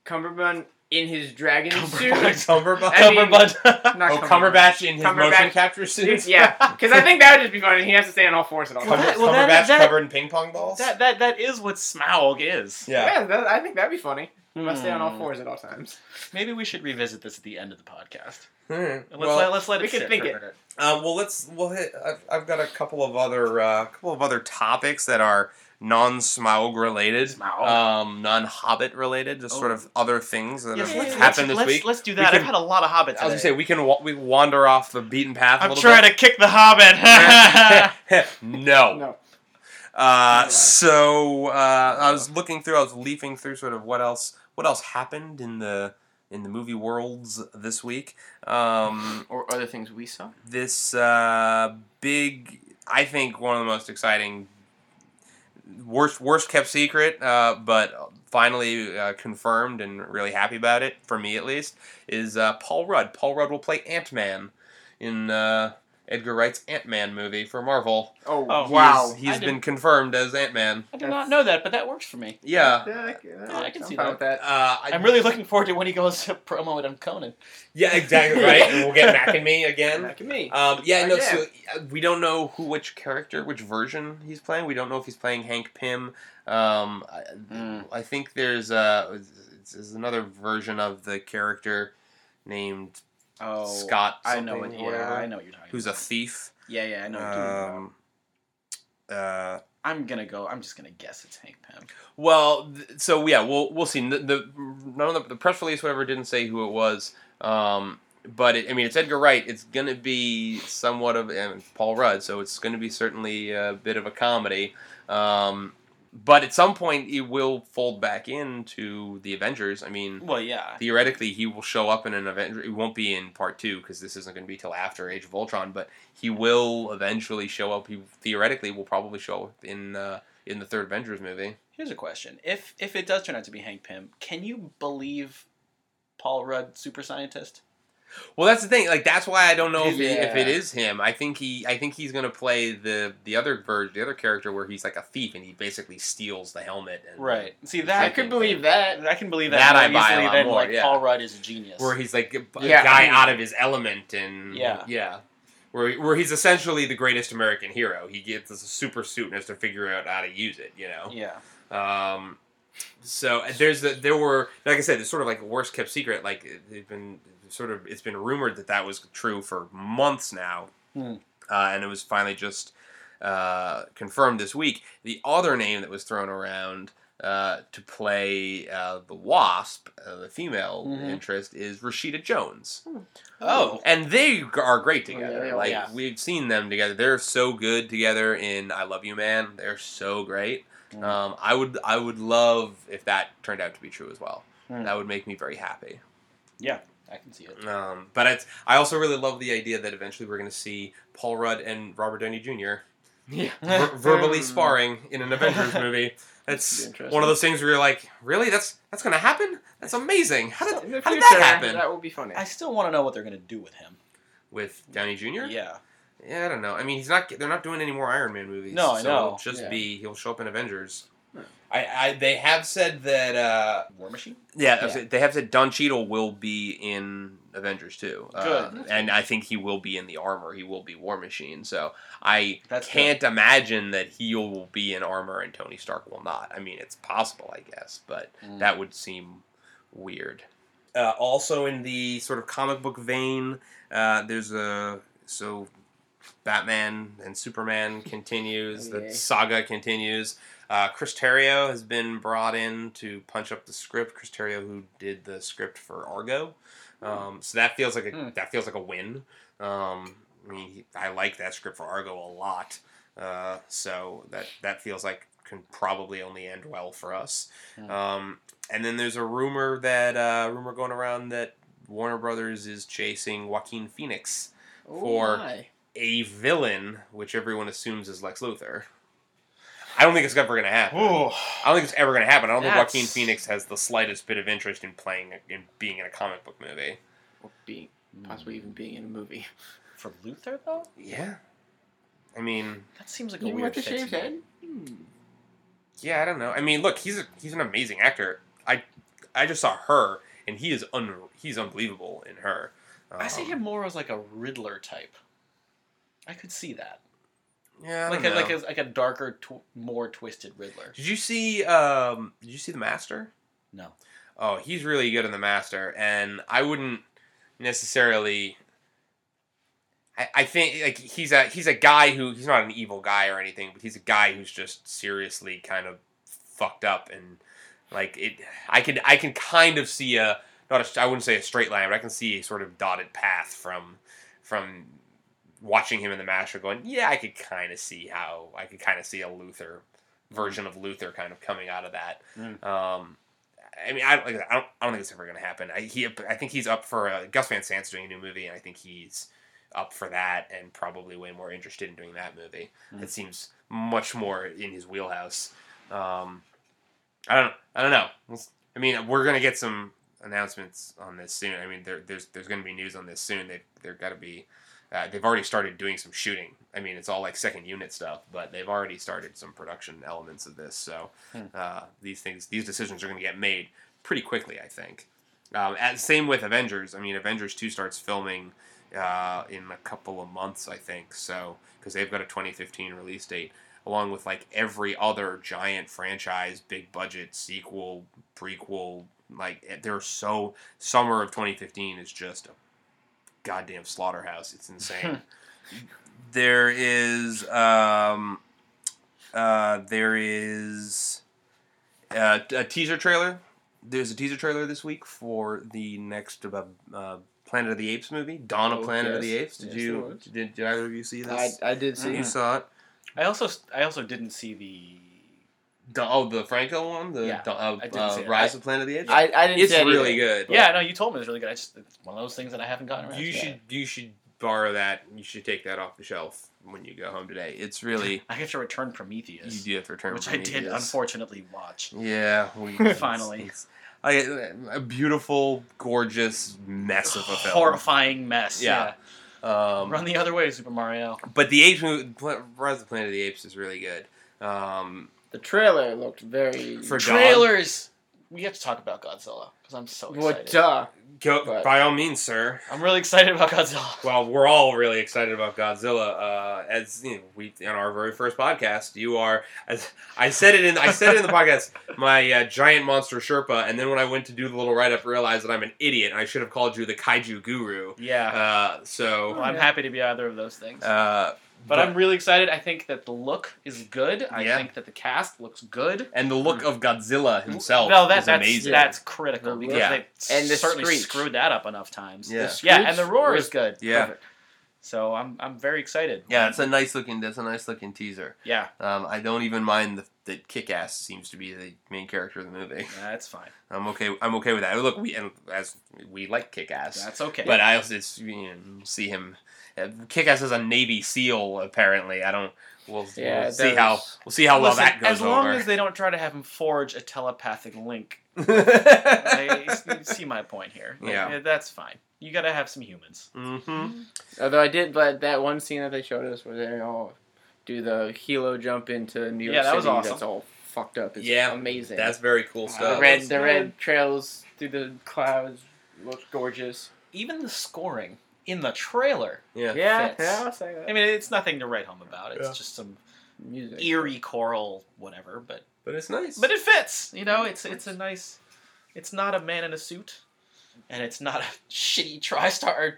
D: Cumberbund in his dragon
C: Cumberbund.
D: suit?
B: Cumberbatch.
D: I mean-
C: Cumberbund.
D: Not
B: oh, Cumberbatch in his
D: Cumberbatch.
B: motion capture suit.
D: Yeah, because I think that would just be fun. and He has to stay on all fours at all
B: Cumber-
D: times.
C: Well,
B: Cumberbatch
C: that- that-
B: covered in ping pong balls.
C: that that that is what Smaug is.
B: yeah.
D: Yeah, that, I think that'd be funny. He must stay on all
C: Hmm.
D: fours at all times.
C: Maybe we should revisit this at the end of the podcast.
B: Hmm.
C: Let's
B: Well,
C: let, let's let it
D: we can
C: sit
D: think
C: for a
D: it.
C: minute.
B: uh, well, let's. We'll hit. I've, I've got a couple of other uh, couple of other topics that are non-Smaug related,
C: Smaug.
B: um, non-Hobbit related, just
C: Oh.
B: sort of other things that
C: Yes,
B: have
C: let's,
B: happened
C: let's,
B: this
C: let's,
B: week.
C: let's do
B: We
C: that.
B: can-
C: I've had a lot of Hobbit
B: I was gonna
C: today.
B: say we can wa- we wander off the beaten path. a
C: I'm
B: little
C: trying to kick the Hobbit.
B: bit. no.
D: No.
B: Uh,
D: Yeah.
B: so uh, I was looking through. I was leafing through sort of what else what else happened in the in the movie worlds this week. Um,
D: Or other things we saw.
B: this uh, big, I think, one of the most exciting, worst worst kept secret, uh, but finally uh, confirmed and really happy about it for me at least is uh, Paul Rudd. Paul Rudd will play Ant Man in uh, Edgar Wright's Ant Man movie for Marvel.
D: Oh,
C: Oh,
D: wow.
B: he's, he's been
C: I didn't-
B: confirmed as Ant Man.
C: I did not know that, but that works for me.
B: Yeah.
D: I,
C: I can
D: am
C: see
D: fine
C: that.
D: with that.
B: Uh, I-
C: I'm really looking forward to when he goes to promo it on Conan.
B: Yeah, exactly right. and we'll get Mac and me again.
D: Back at me.
B: Um, yeah, no.
D: Oh, yeah.
B: So uh, we don't know who, which character, which version he's playing. We don't know if he's playing Hank Pym. Um, I,
C: Mm.
B: I think there's uh, there's another version of the character named
C: Oh,
B: Scott.
C: I know what.
B: something
C: Yeah,
B: or whatever,
C: I know what you're talking.
B: Who's a
C: about.
B: thief?
C: Yeah, yeah, I know. what you're talking about.
B: Um, uh,
C: I'm gonna go. I'm just gonna guess it's Hank Pym.
B: Well, th- so yeah, we'll we'll see. The, the none of the, the press release, whatever, didn't say who it was. Um, but it, I mean, it's Edgar Wright. It's gonna be somewhat of and Paul Rudd, so it's gonna be certainly a bit of a comedy. Um, but at some point, he will fold back into the Avengers. I mean,
C: Well, yeah.
B: theoretically, he will show up in an Avenger. It won't be in part two because this isn't gonna be till after Age of Ultron. But he will eventually show up. He theoretically will probably show up in uh, in the third Avengers movie.
C: Here's a question: If if it does turn out to be Hank Pym, can you believe Paul Rudd, super scientist?
B: Well, that's the thing. Like that's why I don't know if, it, if it
D: Yeah.
B: is him. I think he I think he's gonna play the the other version, the other character where he's like a thief and he basically steals the helmet. And,
C: Right. See that
D: I could believe that.
C: I can believe
B: That
C: that,
B: I
C: more
B: buy a
C: easily
B: lot
C: than
B: more,
C: like
B: yeah.
C: Paul Rudd is a genius.
B: Where he's like a, a
D: Yeah.
B: guy out of his element and
C: Yeah.
B: yeah. Where, where he's essentially the greatest American hero. He gets this super suit and has to figure out how to use it. You know.
C: yeah.
B: Um, so there's the, there were like I said, it's sort of like a worst kept secret. Like it- it's been sort of it's been rumored that that was true for months now,
C: Hmm.
B: uh, and it was finally just uh, confirmed this week. The other name that was thrown around uh, to play uh, the Wasp, uh, the female
D: Mm-hmm.
C: Mhm.
B: interest, is Rashida Jones.
C: Oh,
B: And they are great
D: Oh, yeah,
B: together.
D: they are.
B: like
C: Yeah.
B: we've seen them together. They're so good together in I Love You Man. They're so great.
D: Mm-hmm.
C: Mm.
B: Um, I would I would love if that turned out to be true as well.
D: Hmm.
C: Mm.
B: That would make me very happy.
C: I can see it.
B: Um, but it's, I also really love the idea that eventually we're going to see Paul Rudd and Robert Downey Jr.
D: Yeah.
B: ver- verbally
D: Mm.
B: sparring in an Avengers movie. That's
D: That'd be
B: one of those things where you're like, really? That's that's going to happen? That's amazing. How did,
D: In the
B: how did
D: future,
B: that happen?
D: That will be funny.
C: I still want to know what they're gonna do with him.
B: With Downey Jr.
C: Yeah,
B: Yeah, I don't know. I mean, he's not. They're not doing any more Iron Man movies.
C: No, I
B: so
C: know.
B: It'll just
D: Yeah.
B: be he'll show up in Avengers.
D: Hmm.
B: I, I they have said that. Uh,
C: War Machine.
B: yeah,
D: Yeah.
B: they have said Don Cheadle will be in Avengers too. Uh,
C: Good.
B: and I think he will be in the armor. He will be War Machine. So I
C: That's
B: can't imagine that he will be in armor and Tony Stark will not. I mean, it's possible, I guess, but
C: Mm.
B: that would seem weird. Uh, also, in the sort of comic book vein, uh, there's a so Batman and Superman continues.
D: Okay.
B: The saga continues. Uh, Chris Terrio has been brought in to punch up the script. Chris Terrio, who did the script for Argo, um, so that feels like a
C: Hmm.
B: that feels like a win. Um, I mean, he, I like that script for Argo a lot. Uh, so that that feels like can probably only end well for us.
C: Hmm.
B: Um, and then there's a rumor that uh, rumor going around that Warner Brothers is chasing Joaquin Phoenix,
D: Oh
B: for-
D: my.
B: a villain, which everyone assumes is Lex Luthor. I don't think it's ever gonna happen.
C: Ooh.
B: I don't think it's ever gonna happen. I don't
C: That's-
B: think Joaquin Phoenix has the slightest bit of interest in playing in being in a comic book movie.
D: Or being possibly even being in a movie.
C: for Luther though.
B: Yeah, I mean,
C: That seems like a
D: Even
C: weird
D: with the
C: fit to
D: shaved
C: me.
D: head. Hmm.
B: Yeah, I don't know. I mean, look, he's a, he's an amazing actor. I I just saw her, and he is un he's unbelievable in her.
C: I see
B: Um,
C: him more as like a Riddler type. I could see that,
B: Yeah, I
C: like
B: don't
C: a, like
B: know.
C: a like a darker, tw- more twisted Riddler.
B: Did you see um Did you see the Master?
C: No.
B: Oh, he's really good in the Master, and I wouldn't necessarily. I, I think like he's a he's a guy who he's not an evil guy or anything, but he's a guy who's just seriously kind of fucked up and like it. I can I can kind of see a not I I wouldn't say a straight line, but I can see a sort of dotted path from from watching him in the Master, going, yeah, I could kind of see how I could kind of see a Luther version of Luther kind of coming out of that.
C: Mm.
B: Um, I mean, I don't, like, I don't, I don't think it's ever going to happen. I, he, I think he's up for uh, Gus Van Sant's doing a new movie, and I think he's up for that, and probably way more interested in doing that movie.
C: Mm.
B: It seems much more in his wheelhouse. Um, I don't, I don't know. Let's- I mean, we're going to get some announcements on this soon. I mean, there, there's, there's going to be news on this soon. They, they're got to be. Uh, they've already started doing some shooting. I mean, it's all like second unit stuff, but they've already started some production elements of this. So
C: Hmm.
B: uh, these things, these decisions are going to get made pretty quickly, I think. Um, at, same with Avengers. I mean, Avengers Two starts filming uh, in a couple of months, I think. So because they've got a 2015 release date, along with like every other giant franchise, big budget sequel, prequel. Like there are so summer of 2015 is just a goddamn slaughterhouse. It's insane. there is um uh there is uh, a teaser trailer. There's a teaser trailer this week for the next uh, uh, Planet of the Apes movie, Dawn of
D: Oh,
B: Planet of
D: yes.
B: the Apes. Did
D: Yes, there
B: you
D: was.
B: did, did either of you see
D: I,
B: this?
D: I did see.
B: you
C: Mhm.
B: saw it.
C: I also I also didn't see the.
B: Da- oh, the Franco one, the
C: Yeah,
B: da- uh,
C: I didn't
B: uh,
C: see it.
B: Rise
C: I-
B: of Planet of the Apes.
D: I, I didn't.
B: it's
D: see anything.
B: really good.
C: Yeah, no, you told me it was really good. I just it's one of those things that I haven't gotten around.
B: you
C: to.
B: should you should borrow that. You should take that off the shelf when you go home today. It's really
C: I have to return Prometheus,
B: you do have to return,
C: which I did
B: Prometheus.
C: unfortunately watch.
B: Yeah, we,
C: Finally.
B: it's- I- a beautiful, gorgeous mess of a film.
C: Horrifying mess.
B: Yeah.
C: Yeah.
B: Um,
C: Run the other way, Super Mario.
B: But the apes movie, Pla- Rise of the Planet of the Apes, is really good. Um,
D: The trailer looked very.
B: For- Dawn?
C: Trailers. We have to talk about Godzilla because I'm so excited.
D: well, duh.
B: go
D: But-
B: by all means, sir.
C: I'm really excited about Godzilla.
B: Well, we're all really excited about Godzilla. Uh, as you know, we on our very first podcast, you are. As I said it in, I said it in the podcast. My uh, giant monster Sherpa, and then when I went to do the little write up, realized that I'm an idiot, and I should have called you the Kaiju Guru.
C: Yeah.
B: Uh, so
C: Well, I'm happy to be either of those things.
B: Uh,
C: But I'm really excited. I think that the look is good. I
B: Yeah.
C: think that the cast looks good.
B: and the look of Godzilla himself
C: no, that,
B: is
C: that's
B: amazing.
C: that's critical because
B: Yeah.
C: they
D: And the
C: certainly
D: screech.
C: screwed that up enough times.
B: Yeah.
C: Yeah, and the roar is good.
B: yeah,
D: Perfect.
C: So I'm I'm very excited.
B: yeah. It's a nice looking. That's a nice looking teaser.
C: yeah,
B: Um, I don't even mind the, that Kick-Ass seems to be the main character of the movie.
C: that's fine.
B: I'm okay. I'm okay with that. Look, we and as we like Kick-Ass,
C: That's okay.
B: but I also it's, you know, see him. Uh, Kick-Ass is a Navy SEAL apparently. I don't. We'll,
D: Yeah,
B: we'll
D: that
B: see how
D: was-
B: we'll see how
C: Listen,
B: well that goes
C: as long
B: over.
C: as they don't try to have him forge a telepathic link, I you see my point here. Like,
B: Yeah.
C: that's fine. You got to have some humans.
B: Mhm.
D: Although I did, but that one scene that they showed us where they all do the helo jump into New York
C: Yeah, that was
D: City,
C: awesome.
D: that's all fucked up. It's
B: Yeah,
D: amazing.
B: That's uh, very cool
D: the
B: stuff.
D: red,
C: that's
D: the
C: good.
D: red trails through the clouds looks gorgeous.
C: Even the scoring in the trailer.
B: Yeah.
D: Yeah,
C: fits.
D: yeah, I'll say that.
C: I mean, it's nothing to write home about. It's
B: Yeah.
C: just some
D: Music.
C: eerie choral whatever, but
B: but it's nice.
C: but it fits. You know, it's it's a nice. It's not a man in a suit, and it's not a shitty TriStar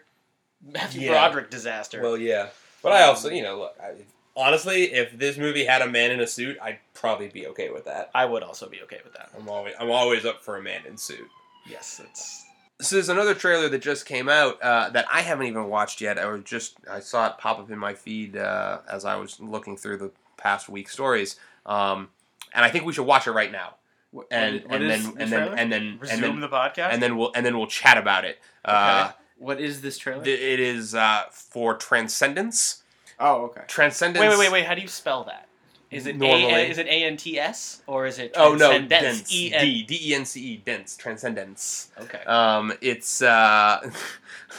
C: Matthew
B: Yeah.
C: Broderick disaster.
B: Well, yeah, but
C: Um,
B: I also, you know, look. I, honestly, if this movie had a man in a suit, I'd probably be okay with that.
C: I would also be okay with that.
B: I'm always, I'm always up for a man in suit.
C: Yes, it's
B: So there's another trailer that just came out uh, that I haven't even watched yet. I was just, I saw it pop up in my feed uh, as I was looking through the past week stories, um, and I think we should watch it right now.
D: What-
B: And
D: what
B: and
D: is
B: then
D: the
B: and then
D: trailer?
B: and then
C: resume
B: and then
C: the podcast.
B: and then we'll and then we'll chat about it. Uh,
D: what is this trailer?
B: th- it is uh, for Transcendence.
D: oh, okay.
B: Transcendence.
C: wait, wait, wait, wait. How do you spell that? Is it
B: Normally.
C: A, is it A N T S or is it
B: Oh no,
C: transcendence?
B: dense.
C: E N-
B: D D E N C E dense transcendence.
C: Okay.
B: Um, it's uh,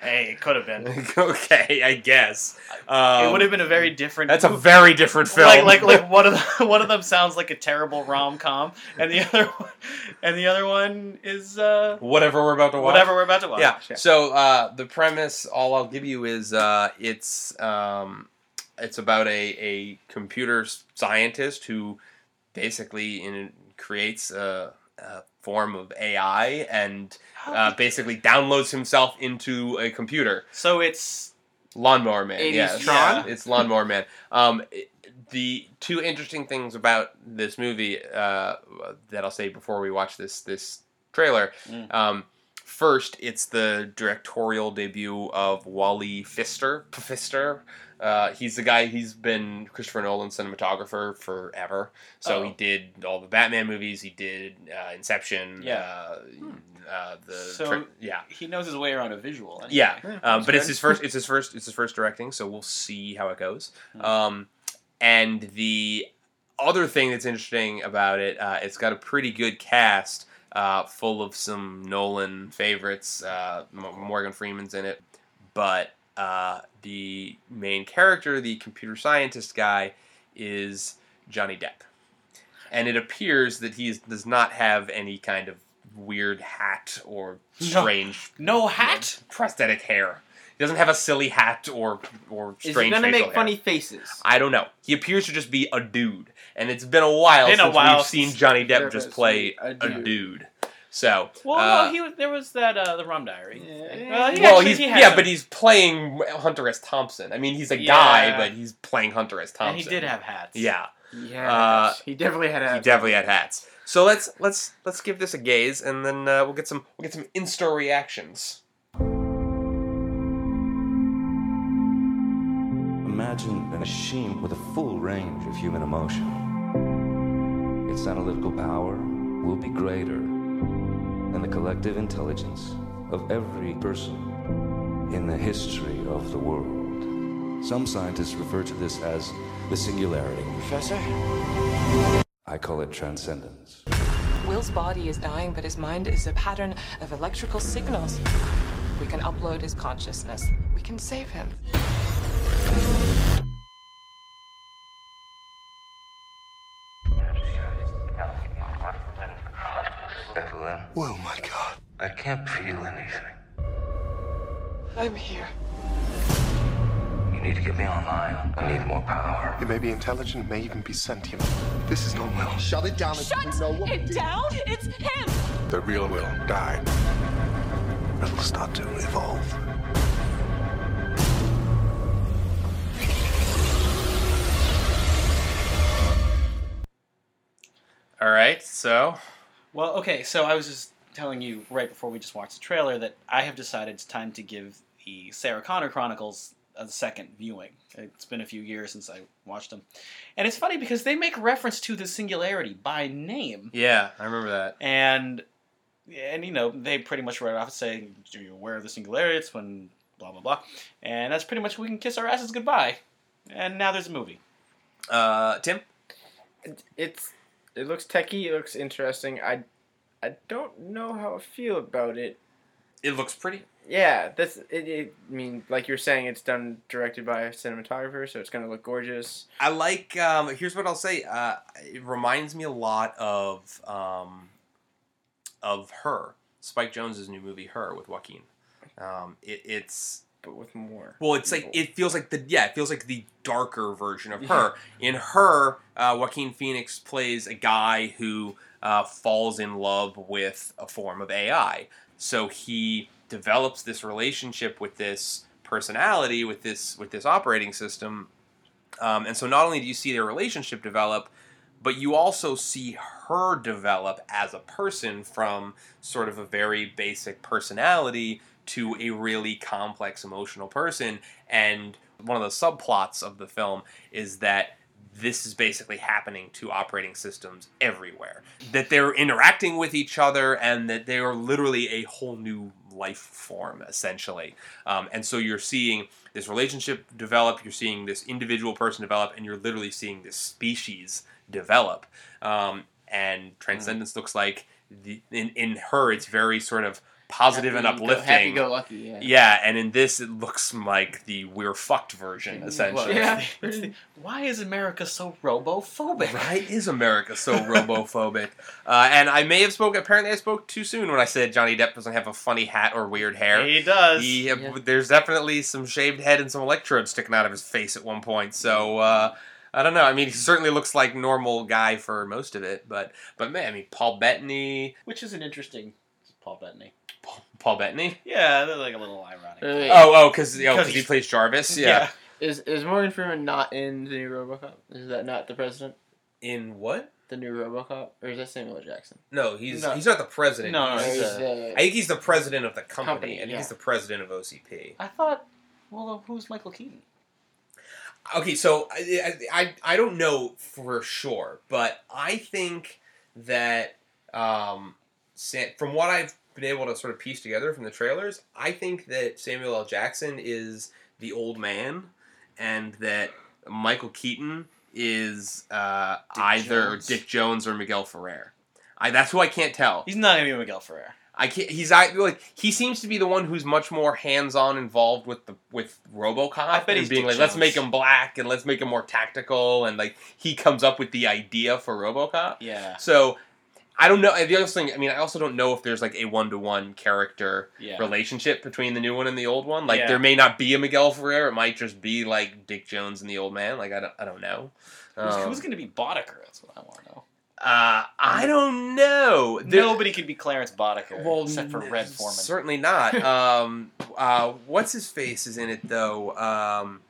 C: hey, it could have been.
B: okay, I guess.
C: it
B: Um,
C: would have been a very different.
B: that's a very different film.
C: Like, like, like one of the, one of them sounds like a terrible rom com, and the other one, and the other one is uh,
B: whatever we're about to watch.
C: whatever we're about to watch.
B: Yeah.
D: yeah.
B: So uh, the premise, all I'll give you is uh, it's um, it's about a a computer s- scientist who basically in, creates a, a form of AI and
C: How
B: uh, basically downloads himself into a computer.
C: So it's
B: Lawnmower Man.
D: 80s
B: yes.
C: Tron?
B: It's Lawnmower Man. Um, it- the two interesting things about this movie uh, that I'll say before we watch this this trailer.
C: Mm.
B: Um, first, it's the directorial debut of Wally Pfister. Pfister. Uh, he's the guy. He's been Christopher Nolan's cinematographer forever. So
C: Oh.
B: he did all the Batman movies. He did uh, Inception.
C: Yeah. Hmm.
B: Uh, uh, the
C: So-
B: tri- yeah.
C: he knows his way around a visual. anyway.
B: Yeah,
D: Yeah,
B: um,
D: that's
B: but it's
D: good.
B: his first. It's his first. It's his first directing. So we'll see how it goes.
C: Hmm.
B: Um, and the other thing that's interesting about it, uh, it's got a pretty good cast, uh, full of some Nolan favorites. Uh, M- Morgan Freeman's in it, but uh, the main character, the computer scientist guy, is Johnny Depp, and it appears that he is, does not have any kind of weird hat or
C: No.
B: strange
C: No hat.
B: Uh, prosthetic hair. He doesn't have a silly hat or or strange
D: Is he gonna
B: facial
D: make
B: hair.
D: funny faces?
B: I don't know. He appears to just be a dude, and it's been a while
C: Been a
B: since
C: while
B: we've
C: since
B: seen Johnny
D: there
B: Depp just
D: was
B: play
D: a
B: a dude.
D: dude.
B: So,
C: Well,
B: uh,
C: no, he was, there was that uh, the Rum Diary.
D: Yeah.
C: Well, he
B: well,
C: actually-
B: he's
C: he had
B: yeah,
C: some-
B: but he's playing Hunter S. Thompson. I mean, he's a
C: Yeah.
B: guy, but he's playing Hunter S.
C: and
B: Thompson.
C: he did have hats.
B: Oh, Yeah,
D: Yeah,
B: Uh,
D: he definitely had a.
B: he definitely had hats. So let's let's let's give this a gaze, and then uh, we'll get some we'll get some Insta reactions.
E: Imagine a machine with a full range of human emotion. Its analytical power will be greater than the collective intelligence of every person in the history of the world. Some scientists refer to this as the singularity. Professor? I call it transcendence.
F: Will's body is dying, but his mind is a pattern of electrical signals. We can upload his consciousness. We can save him.
E: Evelyn. Oh my god. I can't feel anything.
F: I'm here.
E: You need to get me online. I need more power.
G: It may be intelligent, it may even be sentient. This is not will.
H: Shut it down.
I: Shut it down! It's him!
G: The real will die. It'll start to evolve.
B: All right, so
C: Well, okay, so I was just telling you right before we just watched the trailer that I have decided it's time to give the Sarah Connor Chronicles a second viewing. It's been a few years since I watched them. And it's funny because they make reference to the singularity by name.
B: yeah, I remember that.
C: And and you know, they pretty much write it off and say, Are you aware of the singularity? It's when blah blah blah. And that's pretty much we can kiss our asses goodbye. And now there's a movie.
B: Uh, Tim,
D: It's it looks techie. It looks interesting. I I don't know how I feel about it.
B: it looks pretty.
D: Yeah, that's it, it. I mean, like you're saying, it's done directed by a cinematographer, so it's gonna look gorgeous.
B: I like. Um, here's what I'll say. Uh, it reminds me a lot of um, of her, Spike Jones's new movie, Her, with Joaquin. Um, it, it's
D: but with more.
B: well, it's like it feels like the yeah, it feels like the darker version of her. In her, uh, Joaquin Phoenix plays a guy who uh, falls in love with a form of AI. So he develops this relationship with this personality, with this with this operating system, um, and so not only do you see their relationship develop, but you also see her develop as a person from sort of a very basic personality to a really complex emotional person. And one of the subplots of the film is that this is basically happening to operating systems everywhere. That they're interacting with each other and that they are literally a whole new life form, essentially. Um, and so you're seeing this relationship develop, you're seeing this individual person develop, and you're literally seeing this species develop. Um, and transcendence looks like the, in, in her, it's very sort of positive and uplifting.
D: Happy go lucky. Yeah.
B: Yeah, and in this, it looks like the we're fucked version, essentially.
D: Yeah.
C: It's the- Why is America so robophobic?
B: Why is America so robophobic? Uh, and I may have spoke. Apparently, I spoke too soon when I said Johnny Depp doesn't have a funny hat or weird hair.
C: He does.
B: He,
D: Yeah.
B: There's definitely some shaved head and some electrodes sticking out of his face at one point. So uh, I don't know. I mean, he certainly looks like normal guy for most of it. But but man, I mean, Paul Bettany,
C: Which is an interesting Paul Bettany.
B: Paul, Paul Bettany.
C: Yeah, they're like a little ironic.
D: Wait, wait,
B: Oh oh, because he
C: he's-
B: plays Jarvis. Yeah.
D: Is is Morgan Freeman not in the new RoboCop? Is that not the president?
B: In what?
D: The new RoboCop, or is that Samuel L. Jackson?
B: No, he's
C: No.
B: he's not the president.
C: No, no,
D: Or
B: He's-
C: he's
D: is,
C: a-
D: uh,
B: I think he's the president of the company.
D: Company,
B: I think
D: yeah.
B: he's the president of OCP.
C: I thought, well, uh, who's Michael Keaton?
B: Okay, so I, I, I- I don't know for sure, but I think that um, Sam, from what I've been able to sort of piece together from the trailers, I think that Samuel L. Jackson is the old man, and that Michael Keaton is uh, either
C: Jones.
B: Dick Jones or Miguel Ferrer. I, that's who I can't tell.
C: He's not gonna be Miguel Ferrer.
B: I can't. He's I like he seems to be the one who's much more hands-on involved with the with RoboCop.
C: I bet
B: and
C: he's
B: being
C: Dick
B: like, let's
C: Jones.
B: make him black and let's make him more tactical, and like he comes up with the idea for RoboCop.
C: Yeah,
B: So I don't know. and The other thing, I mean, I also don't know if there's like a one-to-one character
C: yeah.
B: relationship between the new one and the old one. Like
C: Yeah.
B: there may not be a Miguel Ferrer. It might just be like Dick Jones and the old man. Like I don't, I don't know.
C: Who's,
B: Um,
C: who's gonna be Boddicker? That's what I want to know.
B: uh, I don't know. There-
C: Nobody could be Clarence Boddicker except for
B: n-
C: Red Foreman.
B: Certainly not. um, uh, what's his face is in it though. Um,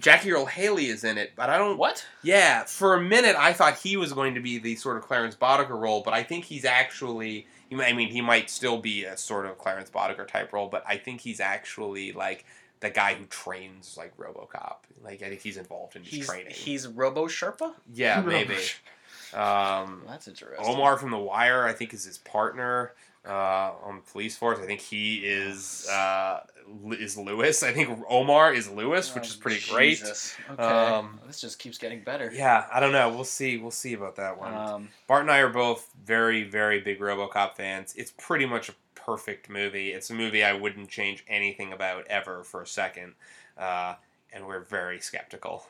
B: Jackie Earl Haley is in it, but I don't.
C: what?
B: Yeah, for a minute I thought he was going to be the sort of Clarence Boddicker role, but I think he's actually. you might- I mean, he might still be a sort of Clarence Boddicker type role, but I think he's actually like the guy who trains like RoboCop. Like I think he's involved in his
C: He's
B: training.
C: he's Robo Sherpa.
B: yeah, maybe. Um,
C: Well, that's interesting.
B: Omar from The Wire, I think, is his partner uh, on the police force. I think he is uh, L- is Lewis. I think Omar is Lewis, which is pretty
C: Oh, Jesus. Okay,
D: Oh,
B: Um,
C: this just keeps getting better.
B: great. Yeah, I don't know. We'll see. We'll see about that one.
C: Um,
B: Bart and I are both very, very big RoboCop fans. It's pretty much a perfect movie. It's a movie I wouldn't change anything about ever for a second, uh, and we're very skeptical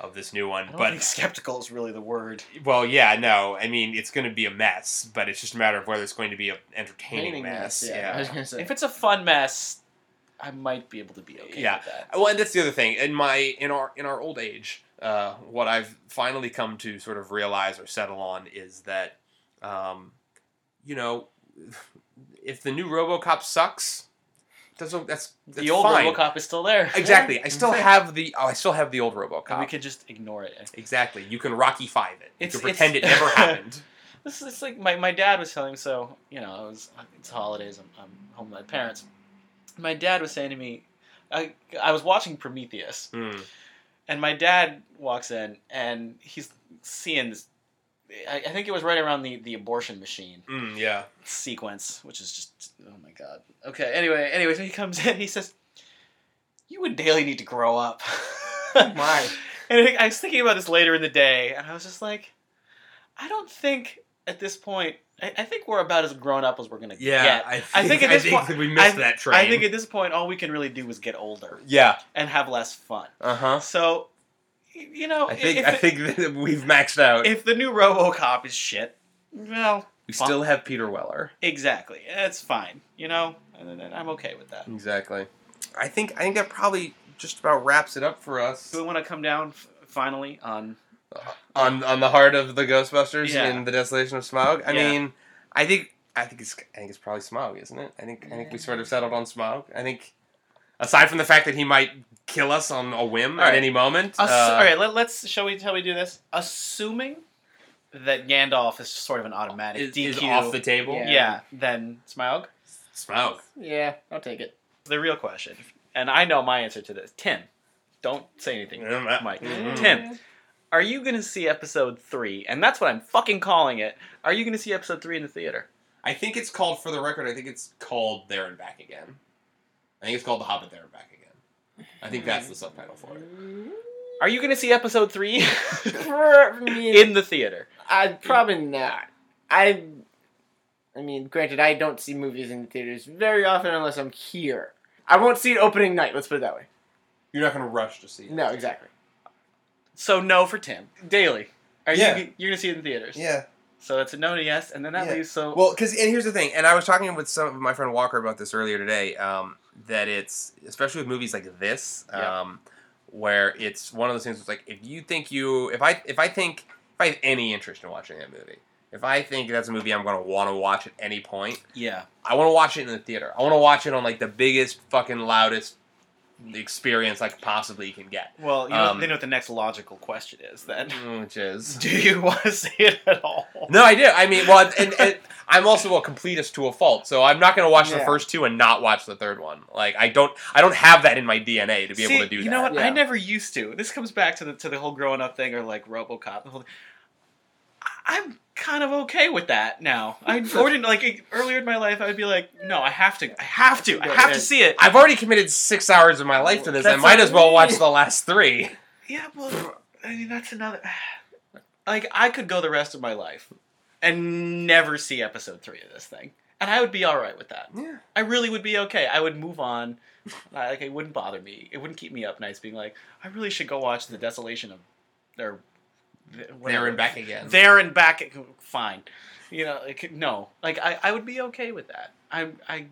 B: of this new one.
C: I don't
B: But
C: think skeptical is really the word.
B: Well, yeah, no. I mean, it's going to be a mess, but it's just a matter of whether it's going to be an entertaining
D: Painting
B: mess.
D: mess, I
B: Yeah.
D: was gonna say.
C: If it's a fun mess, I might be able to be okay
B: Yeah.
C: with that.
B: Well, and that's the other thing. In my in our in our old age, uh, what I've finally come to sort of realize or settle on is that, um, you know, if the new RoboCop sucks, that's o- that's, that's
C: the old
B: fine.
C: RoboCop is still there.
B: Exactly. I still have the oh, I still have the old
C: And we
B: RoboCop.
C: could just ignore it.
B: Exactly. You can Rocky Five it. You
C: It's-
B: can
C: it's-
B: pretend it never happened.
C: This is it's like my, my dad was telling me, so, you know, I was, it's holidays, I'm, I'm home with my parents. My dad was saying to me, I, I was watching Prometheus,
B: Hmm.
C: and my dad walks in and he's seeing this. I, I think it was right around the, the abortion machine
B: Mm, yeah.
C: sequence, which is just oh my god. Okay. Anyway, anyway, so he comes in. He says, "You would daily need to grow up."
B: Oh
D: My.
C: And I- I was thinking about this later in the day, and I was just like, I don't think at this point. I, I think we're about as grown up as we're gonna get. I think at this point-
B: we
C: I-
B: missed that train.
C: I think at this point, all we can really do is get older
B: yeah.
C: and have less fun.
B: Uh huh.
C: So, y- you know,
B: I think
C: Uh-huh. if
B: I
C: it-
B: think that we've maxed out.
C: if the new RoboCop is shit, well,
B: we still have Peter Weller.
C: exactly, it's fine. You know, and, and I'm okay with that.
B: Exactly. I think I think that probably just about wraps it up for us
C: Do we want to come down f- finally on?
B: on on the heart of the Ghostbusters
C: Yeah.
B: and the Desolation of Smog. I
C: Yeah.
B: mean, I think I think it's I think it's probably Smog, isn't it? I think I think we sort of settled on Smog. I think aside from the fact that he might kill us on a whim
C: All
B: at
C: right.
B: any moment.
C: Ass-
B: uh,
C: all right, let, us Shall we? Shall we do this? Assuming that Gandalf is just sort of an automatic
B: Is,
C: DQ.
B: is off the table.
C: yeah.
D: Yeah.
C: Then Smaug.
B: Smog.
D: Yeah, I'll take it.
C: The real question, and I know my answer to this. Tim, don't say anything. Mike.
B: Mm.
C: Tim, are you going to see episode three? And that's what I'm fucking calling it. Are you going to see episode three in the theater?
B: I think it's called for the record. I think it's called There and Back Again. I think it's called The Hobbit There and Back Again. I think that's the subtitle for it.
C: Are you going to see episode three
D: For me,
C: in the theater?
D: I'd probably not. I, I mean, granted, I don't see movies in the theaters very often unless I'm here. I won't see it opening night. Let's put it that way.
B: You're not going to rush to see it.
D: No, exactly.
C: So no for Tim. Daily. Are
B: Yeah.
C: you you're going to see it in theaters?
B: Yeah.
C: So that's a no to yes, and then that
B: Yeah.
C: leaves so
B: Well, because and here's the thing, and I was talking with some my friend Walker about this earlier today. Um, that it's especially with movies like this,
C: Yeah.
B: um, where it's one of those things. It's like if you think you, if I, if I think, if I have any interest in watching that movie, if I think that's a movie I'm going to want to watch at any point,
C: yeah.
B: I want to watch it in the theater. I want to watch it on like the biggest fucking loudest experience I could possibly can get,
C: Well, you know,
B: Um,
C: they know what the next logical question is then.
B: which is
C: Do you want to see it at all?
B: No, I do. I mean, well, and, and I'm also a completist to a fault, so I'm not going to watch the
D: Yeah.
B: first two and not watch the third one. Like, I don't, I don't have that in my DNA to be
C: See,
B: able to do
C: you
B: that.
C: know what?
D: Yeah.
C: I never used to. This comes back to the to the whole growing up thing or like RoboCop. The whole I- I'm kind of okay with that now. I or didn't like earlier in my life. I'd be like, no, I have to, I have to, I have to see it.
B: I've already committed six hours of my life to this. I
D: That's
B: might
D: not
B: as well
D: me.
B: watch the last three.
C: Yeah, well, I mean that's another. Like I could go the rest of my life and never see episode three of this thing, and I would be all right with that.
B: Yeah.
C: I really would be okay. I would move on. I- Like it wouldn't bother me. It wouldn't keep me up nights being like, I really should go watch the desolation of, or th-
B: There
C: whatever.
B: and back again.
C: There and back. Fine. You know, like, no. Like I, I would be okay with that. I, I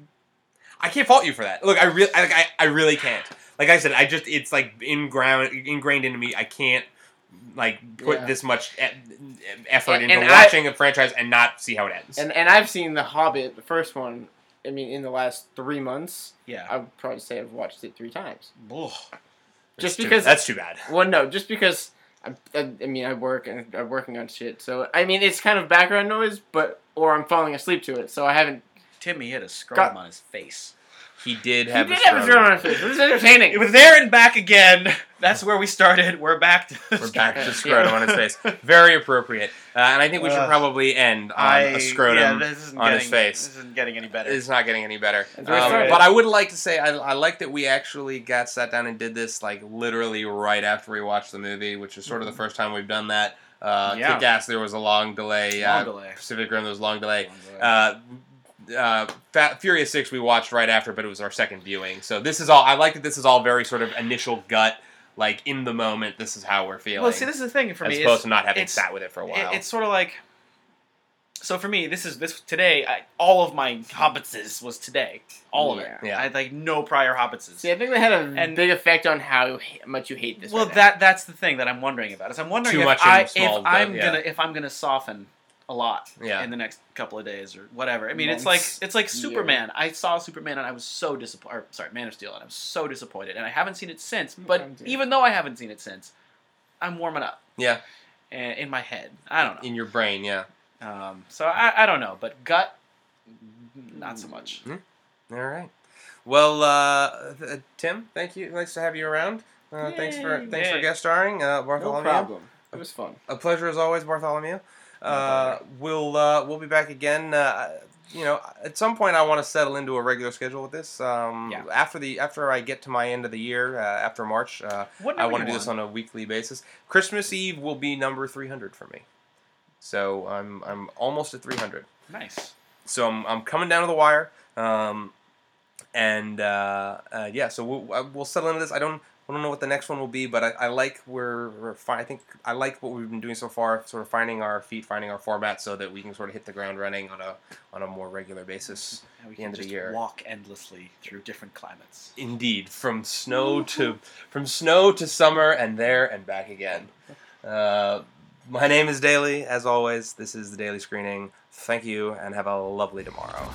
B: I can't fault you for that. Look, I really, like, I, I really can't. Like I said, I just, it's like inground, ingrained into me. I can't like put
D: Yeah.
B: this much e- effort
D: And-
B: into
D: and I-
B: watching a franchise and not see how it ends.
D: And and I've seen The Hobbit, the first one. I mean, in the last three months,
C: yeah.
D: I would probably say I've watched it three times.
C: Ugh.
B: That's
D: Just
B: too-
D: because
B: that's too bad.
D: Well, no, just because I, I, I mean I work and I'm working on shit, so I mean it's kind of background noise, but or I'm falling asleep to it, so I haven't.
C: Timmy hit a scrum
D: Got-
C: on his face.
B: He did
D: You
B: have.
D: did have a drone on face. This is entertaining.
C: It was there and back again. That's where we started. We're back to.
B: We're back to
D: Yeah.
B: scrotum on his face. Very appropriate. Uh, and I think we should
C: Ugh.
B: probably end on
C: I,
B: a scrotum.
C: yeah, this isn't
B: on
C: getting,
B: his face.
C: This isn't getting any better.
B: it's not getting any better. Um,
D: That's right.
B: But I would like to say I, I like that we actually got sat down and did this like literally right after we watched the movie, which is sort of the first time we've done that. Uh,
C: Mm-hmm. Yeah.
B: Kick ass. There was a long delay.
C: Long
B: uh,
C: delay.
B: Pacific Rim. There was a long delay.
C: Long delay.
B: Uh, uh, Fat, Furious Six we watched right after, but it was our second viewing. So this is all. I like that this is all very sort of initial gut, like in the moment. This is how we're feeling.
C: Well, see, this is the thing for
B: as
C: me. is-
B: opposed to not having
C: it's-
B: sat with it for a while.
C: it- it's sort of like. So for me, this is this today. I, all of my hobbitses was today. All of it.
B: Yeah.
C: I had like no prior hobbitses.
D: See, I think they had a
C: And-
D: big effect on how h- much you hate this.
C: well,
D: right now.
C: that that's the thing that I'm wondering about. Is I'm wondering
B: Too
C: if
B: much in
C: I
B: the small
C: if I'm
B: bit, yeah.
C: gonna if I'm gonna soften a lot
B: Yeah.
C: in the next couple of days or whatever. I mean,
D: Months.
C: it's like it's like Superman. I saw Superman and I was so disappointed. Sorry, Man of Steel, and I'm so disappointed. And I haven't seen it since. But
D: I'm too.
C: even though I haven't seen it since, I'm warming up
B: yeah,
C: uh, in my head. I don't know.
B: in your brain. Yeah,
C: Um, so I, I don't know, but gut, not so much.
B: All right. Well, uh, th- uh, Tim, thank you. Nice to have you around. Uh, thanks for
C: Yay.
B: thanks for
C: Yay.
B: guest starring, uh,
D: No
B: Bartholomew.
D: problem. It was fun.
B: A pleasure as always, Bartholomew. Uh, we'll uh, we'll be back again. Uh, you know, at some point, I want to settle into a regular schedule with this. Um,
C: Yeah.
B: After the after I get to my end of the year, uh, after March, uh,
C: What
B: I
C: number
B: want to
C: you
B: do this
C: on?
B: on a weekly basis. Christmas Eve will be number three hundred for me, so I'm I'm almost at three hundred.
C: Nice.
B: so I'm, I'm coming down to the wire. Um, and uh, uh, yeah, so we'll, uh, we'll settle into this. I don't I don't know what the next one will be, but I, I like where we're fine. I think I like what we've been doing so far, sort of finding our feet, finding our format, so that we can sort of hit the ground running on a on a more regular basis.
C: Now
B: end
C: we can
B: of the
C: just
B: year.
C: walk endlessly through different climates.
B: Indeed, from snow to from snow to summer, and there and back again. Uh, my name is Daly. As always, this is the Daily Screening. Thank you, and have a lovely tomorrow.